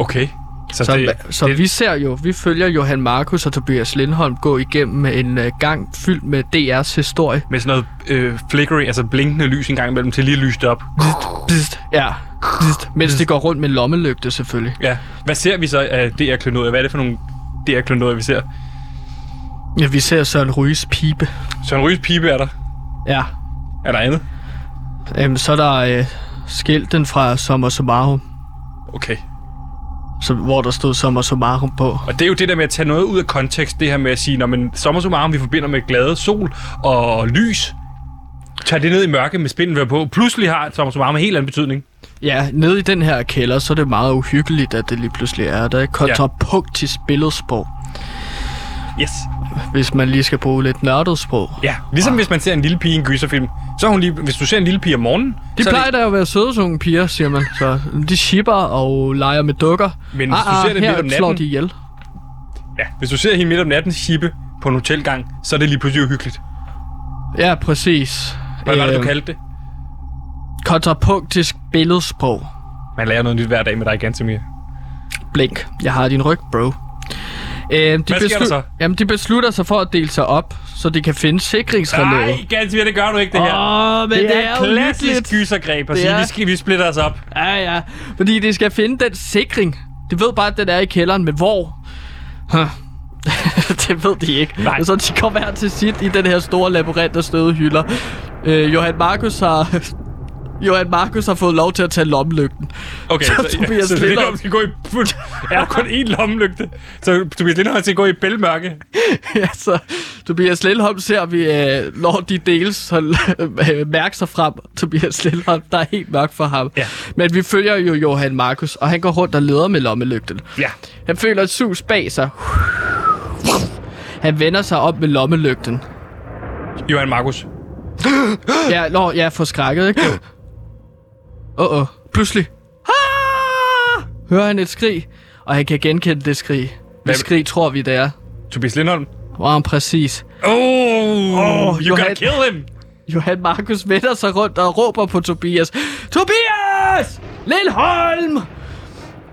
[SPEAKER 1] Okay. Så,
[SPEAKER 2] Så,
[SPEAKER 1] det,
[SPEAKER 2] så
[SPEAKER 1] det,
[SPEAKER 2] vi ser jo, vi følger Johan Markus og Tobias Lindholm gå igennem en øh, gang fyldt med DR's historie.
[SPEAKER 1] med sådan noget øh, flickery, altså blinkende lys en gang imellem, til lige at lyse det op.
[SPEAKER 2] Bist, ja, bist, mens de går rundt med en lommelygte selvfølgelig.
[SPEAKER 1] Ja. Hvad ser vi så af DR-klenodier? Hvad er det for nogle DR-klenodier, vi ser?
[SPEAKER 2] Ja, vi ser Søren Ryges pibe.
[SPEAKER 1] Søren Ryges pibe er der.
[SPEAKER 2] Ja,
[SPEAKER 1] Er der andet?
[SPEAKER 2] øhm, så er der øh, skilten fra Sommer Sommarum,
[SPEAKER 1] Okay.
[SPEAKER 2] som, hvor der stod Sommer Sommarum på.
[SPEAKER 1] Og det er jo det der med at tage noget ud af kontekst, det her med at sige, når man sommersummarum, vi forbinder med glade sol og lys, tager det ned i mørke med spindelvæv på, pludselig har sommersummarum en helt anden betydning.
[SPEAKER 2] Ja, nede i den her kælder, så er det meget uhyggeligt, at det lige pludselig er der. ikke? Kontra punktisk billedsprog,
[SPEAKER 1] Yes.
[SPEAKER 2] hvis man lige skal bruge lidt nørdet sprog.
[SPEAKER 1] Ja, ligesom hvis man ser en lille pige i en gyserfilm, så er hun lige, hvis du ser en lille pige om morgenen,
[SPEAKER 2] De
[SPEAKER 1] så er
[SPEAKER 2] plejer da at være søde som piger, siger man. Så de shipper og leger med dukker. Ah,
[SPEAKER 1] Men hvis du ser det
[SPEAKER 2] her
[SPEAKER 1] midt om
[SPEAKER 2] slår
[SPEAKER 1] natten-
[SPEAKER 2] de ihjel.
[SPEAKER 1] ja, hvis du ser hende midt om natten chippe på en hotelgang, så er det lige pludselig uhyggeligt.
[SPEAKER 2] Ja, præcis.
[SPEAKER 1] Hvad var det, du
[SPEAKER 2] Øhm,
[SPEAKER 1] kaldte det?
[SPEAKER 2] Kontrapunktisk billedsprog.
[SPEAKER 1] Man lærer noget nyt hver dag med dig igen, Samir.
[SPEAKER 2] Blink. Jeg har din ryg, bro. Øhm, de
[SPEAKER 1] Hvad sker der
[SPEAKER 2] beslu-
[SPEAKER 1] så?
[SPEAKER 2] Jamen, de beslutter sig for at dele sig op, så de kan finde sikringsrelæet.
[SPEAKER 1] Nej, Gansimir, det gør du ikke, det her.
[SPEAKER 2] Åh, men det,
[SPEAKER 1] det
[SPEAKER 2] er
[SPEAKER 1] er
[SPEAKER 2] jo
[SPEAKER 1] klassisk
[SPEAKER 2] hyggeligt.
[SPEAKER 1] gysergreb at
[SPEAKER 2] Det
[SPEAKER 1] sige,
[SPEAKER 2] er-
[SPEAKER 1] vi, skal, vi splitter os op.
[SPEAKER 2] Ja, ja. Fordi de skal finde den sikring. De ved bare, at den er i kælderen, men hvor? Huh. det ved de ikke.
[SPEAKER 1] Nej.
[SPEAKER 2] Og så de kommer her til sit i den her store labyrint af støde hylder. Øh, Johan Markus har... Johan Markus har fået lov til at tage lommelygten.
[SPEAKER 1] Okay,
[SPEAKER 2] Så
[SPEAKER 1] så, så, ja,
[SPEAKER 2] Tobias
[SPEAKER 1] så
[SPEAKER 2] Lindholm-
[SPEAKER 1] Lindholm skal gå i... Er der kun én lommelygte? Så Tobias Lindholm skal gå i bælmørke.
[SPEAKER 2] ja, så Tobias Lindholm ser vi, øh, når de deles, så øh, mærker sig frem. Tobias Lindholm, der er helt mørkt for ham.
[SPEAKER 1] Ja.
[SPEAKER 2] Men vi følger jo Johan Markus, og han går rundt og leder med lommelygten.
[SPEAKER 1] Ja.
[SPEAKER 2] Han føler et sus bag sig. Han vender sig op med lommelygten.
[SPEAKER 1] Johan Markus.
[SPEAKER 2] Ja, nå, jeg er forskrækket, ikke? Åh, åh. Pludselig. Ah! Hører han et skrig, og han kan genkende det skrig.
[SPEAKER 1] Hvad-
[SPEAKER 2] Hvad skrig tror vi, det er?
[SPEAKER 1] Tobias Lindholm.
[SPEAKER 2] Wow, præcis.
[SPEAKER 1] Oh, oh you
[SPEAKER 2] Johan.
[SPEAKER 1] gotta kill him.
[SPEAKER 2] Johan Markus vender sig rundt og råber på Tobias. Tobias! Lindholm!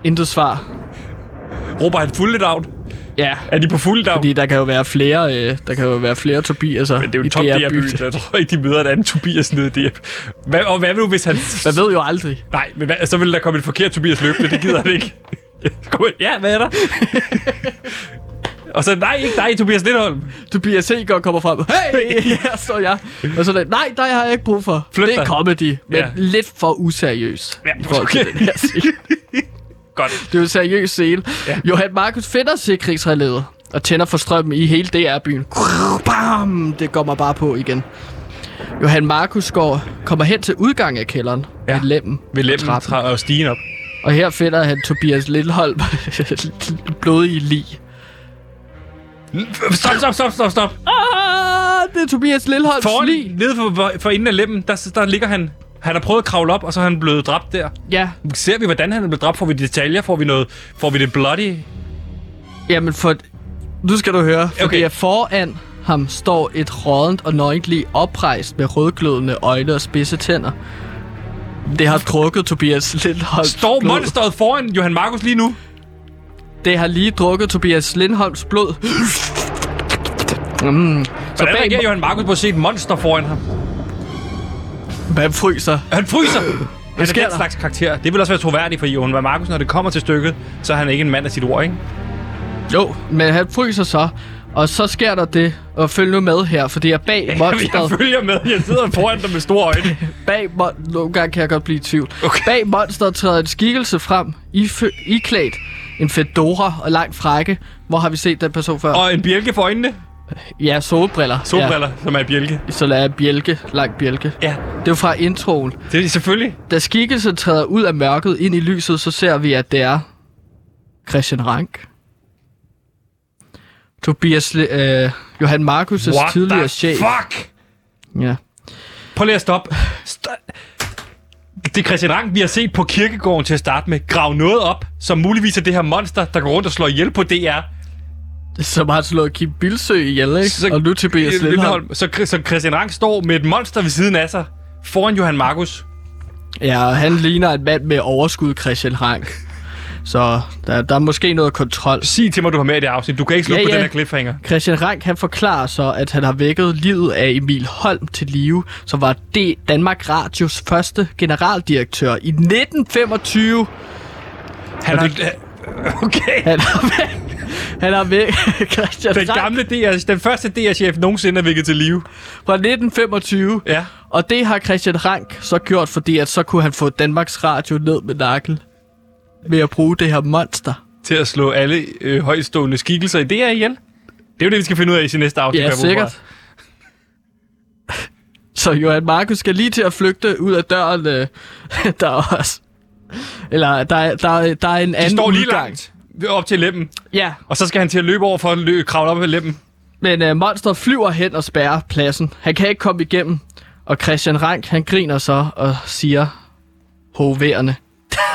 [SPEAKER 2] Intet svar.
[SPEAKER 1] Råber han fuldt lidt out?
[SPEAKER 2] Ja,
[SPEAKER 1] Er de på fuldt out?
[SPEAKER 2] fordi der kan jo være flere, øh, der kan jo være flere Tobiaser
[SPEAKER 1] Men det er jo en top
[SPEAKER 2] DR
[SPEAKER 1] DR-by.
[SPEAKER 2] byen.
[SPEAKER 1] Jeg tror ikke, de møder et andet Tobias nede i DR. Hvad, og hvad nu, hvis han...
[SPEAKER 2] Man ved jo aldrig.
[SPEAKER 1] Nej, men hvad, så vil der komme et forkert Tobias løbende. Det gider han ikke. Kom, ja, hvad er der? og så, nej, ikke dig, Tobias Lindholm.
[SPEAKER 2] Tobias Seger kommer frem. Hey, her står jeg. Og så er det, nej, der har jeg ikke brug for.
[SPEAKER 1] Flyt
[SPEAKER 2] det er
[SPEAKER 1] dig.
[SPEAKER 2] comedy, men
[SPEAKER 1] Ja.
[SPEAKER 2] lidt for useriøs.
[SPEAKER 1] Ja,
[SPEAKER 2] i forhold til
[SPEAKER 1] okay.
[SPEAKER 2] den her scene.
[SPEAKER 6] Godt.
[SPEAKER 2] Det er jo en seriøs scene. Ja. Johan Markus finder sig krigsrelatet og tænder for strømmen i hele DR-byen. Bam! Det går mig bare på igen. Johan Markus går, kommer hen til udgangen af kælderen ja. ved lemmen.
[SPEAKER 1] Ved lemmen
[SPEAKER 2] Trappen.
[SPEAKER 1] tra- og stigen op.
[SPEAKER 2] Og her finder han Tobias Lindholm blodig lig.
[SPEAKER 1] Stop, stop, stop, stop, stop.
[SPEAKER 2] Ah, det er Tobias Lindholms
[SPEAKER 1] Foran,
[SPEAKER 2] lig.
[SPEAKER 1] nede for, for, for enden af lemmen, der, der ligger han. Han har prøvet at kravle op, og så er han blevet dræbt der.
[SPEAKER 2] Ja,
[SPEAKER 1] Ser vi, hvordan han er blevet dræbt? Får vi detaljer? Får vi, noget, får vi det bloody?
[SPEAKER 2] Jamen for... Nu skal du høre, for
[SPEAKER 1] Okay.
[SPEAKER 2] okay. foran ham står et rådent og nøgent lig oprejst med rødglødende øjne og spidse tænder. Det har drukket Tobias Lindholms
[SPEAKER 1] Står
[SPEAKER 2] blod.
[SPEAKER 1] monsteret foran Johan Markus lige nu?
[SPEAKER 2] Det har lige drukket Tobias Lindholms blod. Mm. Så
[SPEAKER 1] Hvordan reagerer Johan Markus på at se et monster foran ham?
[SPEAKER 2] man fryser.
[SPEAKER 1] Han fryser! Han
[SPEAKER 2] sker
[SPEAKER 1] er den
[SPEAKER 2] der?
[SPEAKER 1] slags karakter. Det vil også være troværdigt for Johan Markus, når det kommer til stykket, så er han ikke en mand af sit ord, ikke?
[SPEAKER 2] Jo, men han fryser så. Og så sker der det, og følg nu med her, for det er bag
[SPEAKER 1] Jeg
[SPEAKER 2] monsteret.
[SPEAKER 1] følger med. Jeg sidder foran dig med store øjne.
[SPEAKER 2] Bag mon- Nogle gange kan jeg godt blive i tvivl. Okay. Bag monsteret træder en skikkelse frem, ifø- iklædt en fedora og lang frakke. Hvor har vi set den person før? Og...
[SPEAKER 1] Og en bjælke for øjnene.
[SPEAKER 2] Ja, solbriller.
[SPEAKER 1] Solbriller, ja. som er en bjælke.
[SPEAKER 2] Ja, så lader jeg bjælke, lang bjælke.
[SPEAKER 1] Ja,
[SPEAKER 2] Det er jo fra introen.
[SPEAKER 1] det er selvfølgelig.
[SPEAKER 2] Da skikkelsen træder ud af mørket ind i lyset, så ser vi, at det er Christian Rank. Tobias, Le- øh, Johan Markus'
[SPEAKER 1] What
[SPEAKER 2] tidligere
[SPEAKER 1] the
[SPEAKER 2] chef.
[SPEAKER 1] fuck?
[SPEAKER 2] Ja.
[SPEAKER 1] Prøv lige at stoppe. St- det er Christian Rang, vi har set på kirkegården til at starte med. Grav noget op, som muligvis er det her monster, der går rundt og slår ihjel på DR.
[SPEAKER 2] Som har slået Kim Bilsø ihjel, ikke? Så, og nu Tobias Lindholm.
[SPEAKER 1] Lindholm. Så, Chris- så Christian Rang står med et monster ved siden af sig, foran Johan Markus.
[SPEAKER 2] Ja, og han ligner en mand med overskud, Christian Rank. Så der, der er måske noget kontrol.
[SPEAKER 1] Sig til mig, du har med i det afsnit. Du kan ikke slutte
[SPEAKER 2] Ja,
[SPEAKER 1] på
[SPEAKER 2] ja.
[SPEAKER 1] den her cliffhanger.
[SPEAKER 2] Christian Rank, han forklarer så, at han har vækket livet af Emil Holm til live, som var det Danmark Radios første generaldirektør i 1925.
[SPEAKER 1] Han har... Okay.
[SPEAKER 2] Han har væk... Han har væk... Christian
[SPEAKER 1] Den
[SPEAKER 2] Rank
[SPEAKER 1] gamle DR, den første DR-chef nogensinde er vækket til live.
[SPEAKER 2] fra 1925.
[SPEAKER 1] Ja.
[SPEAKER 2] Og det har Christian Rank så gjort, fordi at så kunne han få Danmarks Radio ned med nakkel ved at bruge det her monster.
[SPEAKER 1] Til at slå alle øh, højstående skikkelser i DR ihjel. Det er jo det, vi skal finde ud af i sin næste afsnit.
[SPEAKER 2] Ja,
[SPEAKER 1] kan jeg gå ud fra.
[SPEAKER 2] sikkert. Så Johan Markus skal lige til at flygte ud af døren, øh, der er også. Eller der, er- der, er- der er en
[SPEAKER 1] De
[SPEAKER 2] anden
[SPEAKER 1] står lige
[SPEAKER 2] udgang.
[SPEAKER 1] langt op til lemmen.
[SPEAKER 2] Ja,
[SPEAKER 1] Og så skal han til at løbe over for at lø- kravle op ad lemmen.
[SPEAKER 2] men øh, monster flyver hen og spærrer pladsen. Han kan ikke komme igennem. Og Christian Rank, han griner så og siger hoverende.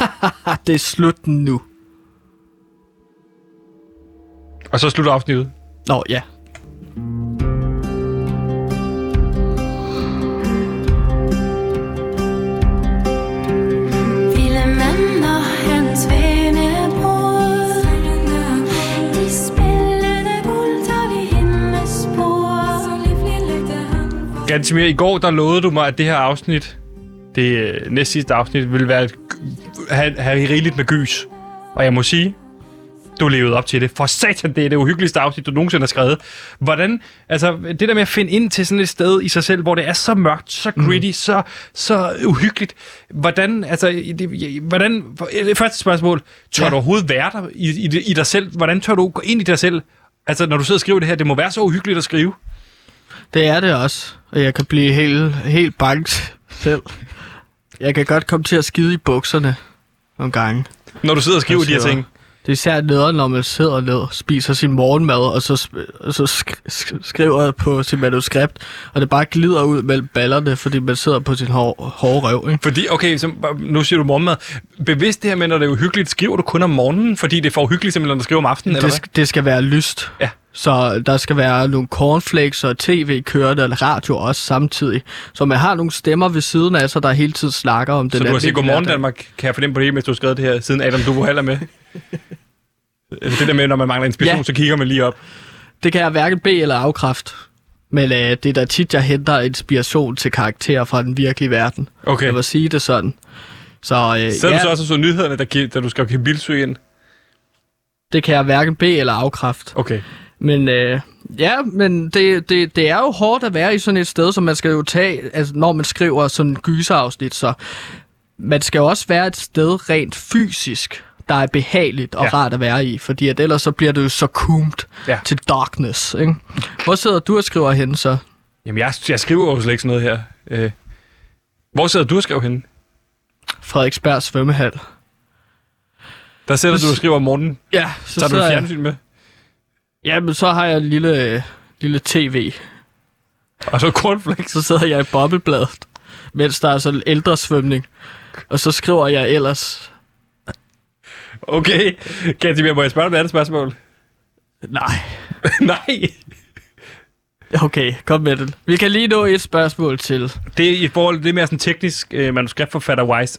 [SPEAKER 2] det er slut nu.
[SPEAKER 1] Og så slutter afsnittet.
[SPEAKER 2] Nå, ja.
[SPEAKER 5] Viele Mænd og hans vennebror. De spillede guld, og de himmelsbor.
[SPEAKER 1] Ganske mere. I går, der lovede du mig, at det her afsnit, det øh, næstsidste afsnit, ville være et, have, have rigeligt med gys. Og jeg må sige, du levede op til det. For satan, det er det uhyggeligste afsnit, du nogensinde har skrevet. Hvordan, altså det der med at finde ind til sådan et sted i sig selv, hvor det er så mørkt, så gritty, mm. så, så uhyggeligt. Hvordan, altså, i det, i- hvordan, for- eh, det første spørgsmål, tør ja. du overhovedet være der i, i, det- i dig selv? Hvordan tør du gå ind i dig selv? Altså, når du sidder og skriver det her, det må være så uhyggeligt at skrive.
[SPEAKER 2] Det er det også. Og jeg kan blive helt, helt bangt selv. Jeg kan godt komme til at skide i bukserne nogle gange.
[SPEAKER 1] Når du sidder og skriver de her
[SPEAKER 2] sidder-
[SPEAKER 1] ting.
[SPEAKER 2] Det er især nederen, når man sidder ned og spiser sin morgenmad, og så, sp- og så sk- sk- skriver jeg på sit manuskript, og det bare glider ud mellem ballerne, fordi man sidder på sin hår- hårde røv, ikke?
[SPEAKER 1] Fordi, okay, så, nu siger du morgenmad. Bevidst det her med, når det er uhyggeligt, skriver du kun om morgenen, fordi det er for uhyggeligt simpelthen, når du skriver om aftenen, eller
[SPEAKER 2] Det,
[SPEAKER 1] hvad?
[SPEAKER 2] sk- det skal være lyst.
[SPEAKER 1] Ja.
[SPEAKER 2] Så der skal være nogle cornflakes og tv kørende og radio også samtidig. Så man har nogle stemmer ved siden af sig, der hele tiden snakker om
[SPEAKER 1] Så
[SPEAKER 2] den
[SPEAKER 1] du har
[SPEAKER 2] almindelige
[SPEAKER 1] sagt, godmorgen
[SPEAKER 2] hverdag."
[SPEAKER 1] Danmark, kan jeg fornemme på det, mens du har skrevet det her, siden Adam Duvo Hall er med? Eller det der med, når man mangler inspiration,
[SPEAKER 2] Ja.
[SPEAKER 1] ja. så kigger man lige op.
[SPEAKER 2] Det kan jeg hverken bede eller afkræfte. Men øh, det er da tit, jeg henter inspiration til karakterer fra den virkelige verden.
[SPEAKER 1] Okay.
[SPEAKER 2] Jeg må sige det sådan. Så, øh,
[SPEAKER 1] Så ja.
[SPEAKER 2] ja,
[SPEAKER 1] du så også så nyhederne, der, gi- da du skal give bilsøg ind.
[SPEAKER 2] det kan jeg hverken bede eller afkræfte.
[SPEAKER 1] Okay.
[SPEAKER 2] Men øh, ja, men det, det, det er jo hårdt at være i sådan et sted, som man skal jo tage, altså, når man skriver sådan en gyserafsnit, så man skal jo også være et sted rent fysisk, der er behageligt og
[SPEAKER 1] Ja.
[SPEAKER 2] ja. rart at være i, fordi at ellers så bliver det jo succumbed
[SPEAKER 1] Ja.
[SPEAKER 2] ja. til darkness. Ikke? Hvor sidder du og skriver hen så?
[SPEAKER 1] Jamen, jeg, jeg skriver jo slet ikke sådan noget her. Øh, hvor sidder du og skriver henne?
[SPEAKER 2] Frederiksberg svømmehal.
[SPEAKER 1] Der sidder du og skriver om morgenen.
[SPEAKER 2] Ja, så,
[SPEAKER 1] Tager du et
[SPEAKER 2] sidder jeg.
[SPEAKER 1] fjernsyn med?
[SPEAKER 2] Jamen, så har jeg en lille, øh, lille tv.
[SPEAKER 1] Og så cornflakes.
[SPEAKER 2] Så sidder jeg i bobbelbladet, mens der er sådan ældre svømning. Og så skriver jeg ellers...
[SPEAKER 1] Okay. Katimir, må jeg spørge dig et andet spørgsmål?
[SPEAKER 2] Nej.
[SPEAKER 1] Nej.
[SPEAKER 2] Okay, kom med det. Vi kan lige nå et spørgsmål til.
[SPEAKER 1] Det er i forhold til det mere sådan teknisk øh, manuskriptforfatter-wise.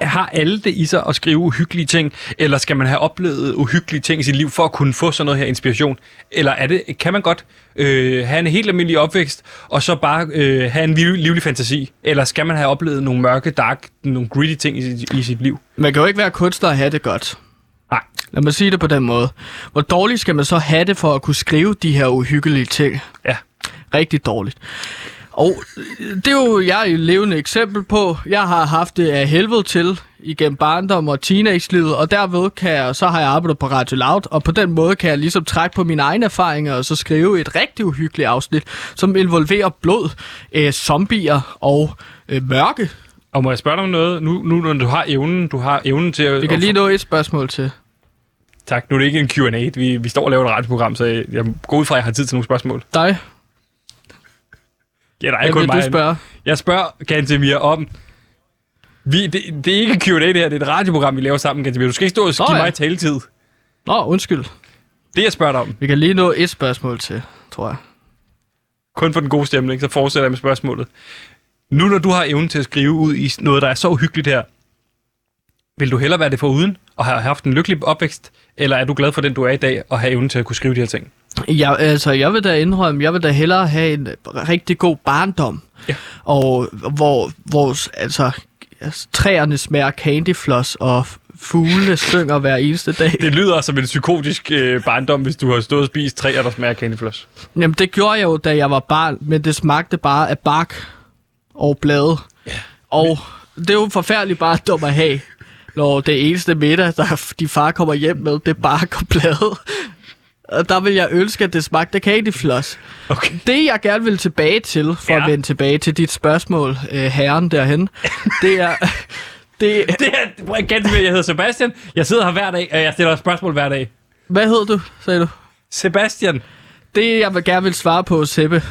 [SPEAKER 1] Har alle det i sig at skrive uhyggelige ting, eller skal man have oplevet uhyggelige ting i sit liv for at kunne få sådan noget her inspiration? Eller er det, kan man godt øh, have en helt almindelig opvækst, og så bare øh, have en liv, livlig fantasi? Eller skal man have oplevet nogle mørke, dark, nogle gritty ting i, sit- i sit liv?
[SPEAKER 2] Man kan jo ikke være kunstner og have det godt.
[SPEAKER 1] Nej.
[SPEAKER 2] Lad mig sige det på den måde. Hvor dårligt skal man så have det for at kunne skrive de her uhyggelige ting?
[SPEAKER 1] Ja.
[SPEAKER 2] Rigtig dårligt. Og øh, det er jo jeg et levende eksempel på. Jeg har haft det af helvede til igennem barndom og teenagelivet, og derved kan jeg, så har jeg arbejdet på Radio Loud, og på den måde kan jeg ligesom trække på mine egne erfaringer og så skrive et rigtig uhyggeligt afsnit, som involverer blod, øh, zombier og øh, mørke.
[SPEAKER 1] Og må jeg spørge dig om noget? Nu, nu når du har evnen, du har evnen til at...
[SPEAKER 2] Vi kan lige nå et spørgsmål til.
[SPEAKER 1] Tak, nu er det ikke en Q&A. Vi, vi står og laver et radioprogram, så jeg, jeg går ud fra, at jeg har tid til nogle spørgsmål.
[SPEAKER 2] Dig,
[SPEAKER 1] Ja, der er
[SPEAKER 2] hvad
[SPEAKER 1] kun
[SPEAKER 2] vil du
[SPEAKER 1] mig.
[SPEAKER 2] spørge?
[SPEAKER 1] Jeg spørger Gantemir om... Vi, det, det er ikke en Q&A, det her. Det er et radioprogram, vi laver sammen, Gantemir. Du skal ikke stå og
[SPEAKER 2] Nå,
[SPEAKER 1] give
[SPEAKER 2] ja.
[SPEAKER 1] mig taletid.
[SPEAKER 2] Nå, undskyld.
[SPEAKER 1] Det, jeg spørger dig om,
[SPEAKER 2] Vi kan lige nå et spørgsmål til, tror jeg.
[SPEAKER 1] kun for den gode stemning, så fortsætter jeg med spørgsmålet. Nu, når du har evnen til at skrive ud i noget, der er så uhyggeligt her, vil du hellere være det foruden og have haft en lykkelig opvækst, eller er du glad for den, du er i dag, og have evnen til at kunne skrive de her ting?
[SPEAKER 2] Jeg, altså, jeg vil da indrømme, jeg vil da hellere have en rigtig god barndom.
[SPEAKER 1] Ja.
[SPEAKER 2] Og hvor vores, altså, altså, træerne smager candyfloss, og fuglene synger hver eneste dag.
[SPEAKER 1] Det lyder som en psykotisk øh, barndom, hvis du har stået og spist træer, der smager af candyfloss.
[SPEAKER 2] Jamen, det gjorde jeg jo, da jeg var barn, men det smagte bare af bark og blade. Og det er jo en forfærdelig barndom at have, når det eneste middag, der de far kommer hjem med, det er bark og blade. Og der vil jeg ønske, at det smagte af candyfloss.
[SPEAKER 1] Okay.
[SPEAKER 2] Det, jeg gerne vil tilbage til, for
[SPEAKER 1] Ja.
[SPEAKER 2] at vende tilbage til dit spørgsmål, øh, herren derhen, det er... Det,
[SPEAKER 1] Det er prøv at gætte, hvad jeg hedder Sebastian. Jeg sidder her hver dag, og jeg stiller spørgsmål hver dag.
[SPEAKER 2] hvad hed du, sagde du?
[SPEAKER 1] Sebastian.
[SPEAKER 2] Det, jeg vil gerne vil svare på, Seppe,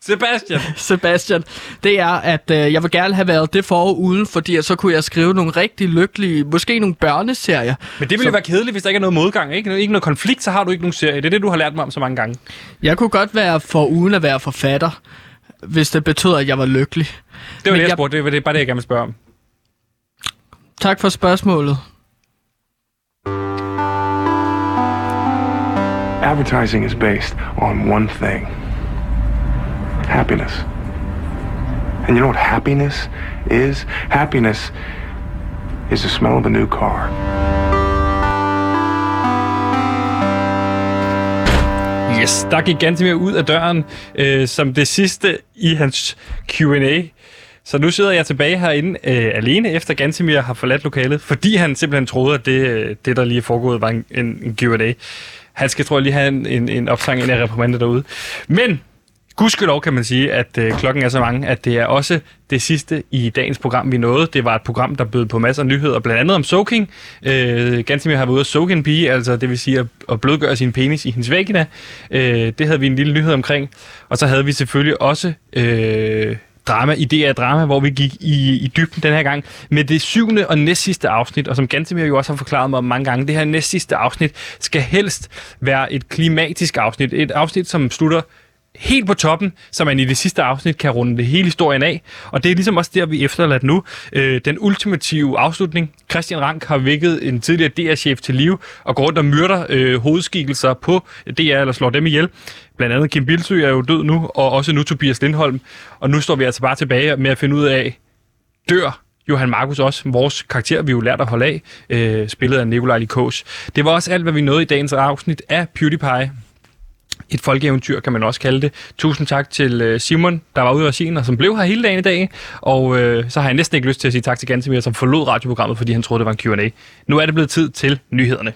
[SPEAKER 1] Sebastian.
[SPEAKER 2] Sebastian, det er, at øh, jeg vil gerne have været det forår uden, fordi at så kunne jeg skrive nogle rigtig lykkelige, måske nogle børneserier.
[SPEAKER 1] Men det ville jo være kedeligt, hvis der ikke er noget modgang. Ikke, ikke noget konflikt, så har du ikke nogen serie. Det er det, du har lært mig om så mange gange.
[SPEAKER 2] Jeg kunne godt være for uden at være forfatter, hvis det betød, at jeg var lykkelig.
[SPEAKER 1] Det var
[SPEAKER 2] Men
[SPEAKER 1] det, jeg,
[SPEAKER 2] jeg-
[SPEAKER 1] spurgte. Det var det, bare det, jeg gerne vil spørge om.
[SPEAKER 2] Tak for spørgsmålet.
[SPEAKER 7] Advertising is based on one thing happiness. And you know what happiness is? Happiness is the smell of a new car.
[SPEAKER 1] Yes, der gik Gantemir ud af døren øh, som det sidste i hans Q&A. Så nu sidder jeg tilbage herinde øh, alene, efter Gantemir har forladt lokalet, fordi han simpelthen troede, at det, øh, det der lige er foregået, var en, en, en Q&A. Han skal, tror jeg, lige have en, en, en opsang ind af reprimander derude. Men gudskelov kan man sige, at øh, klokken er så mange, at det er også det sidste i dagens program, vi nåede. Det var et program, der bød på masser af nyheder, blandt andet om soaking. Øh, Gantemir har været ude at soak en pige, altså det vil sige at, at blødgøre sin penis i hendes vagina. Øh, det havde vi en lille nyhed omkring. Og så havde vi selvfølgelig også... Øh, drama, idéer af drama, hvor vi gik i, i dybden den her gang med det syvende og næstsidste afsnit, og som Gantemir jo også har forklaret mig mange gange, det her næstsidste afsnit skal helst være et klimatisk afsnit, et afsnit, som slutter helt på toppen, så man i det sidste afsnit kan runde det hele historien af, og det er ligesom også der, vi er efterladt nu. Øh, den ultimative afslutning. Christian Rank har vækket en tidligere DR-chef til live, og går rundt og myrder øh, hovedskikkelser på DR, eller slår dem ihjel. Blandt andet Kim Bilsø er jo død nu, og også nu Tobias Lindholm. Og nu står vi altså bare tilbage med at finde ud af, dør Johan Markus også, vores karakter, vi jo lærte at holde af, øh, spillet af Nikolaj Likos. Det var også alt, hvad vi nåede i dagens afsnit af PewDiePie. Et folkeeventyr, kan man også kalde det. Tusind tak til øh, Simon, der var ude af regien, og som blev her hele dagen i dag. Og øh, så har jeg næsten ikke lyst til at sige tak til Gantemir, som forlod radioprogrammet, fordi han troede, det var en Q&A. Nu er det blevet tid til nyhederne.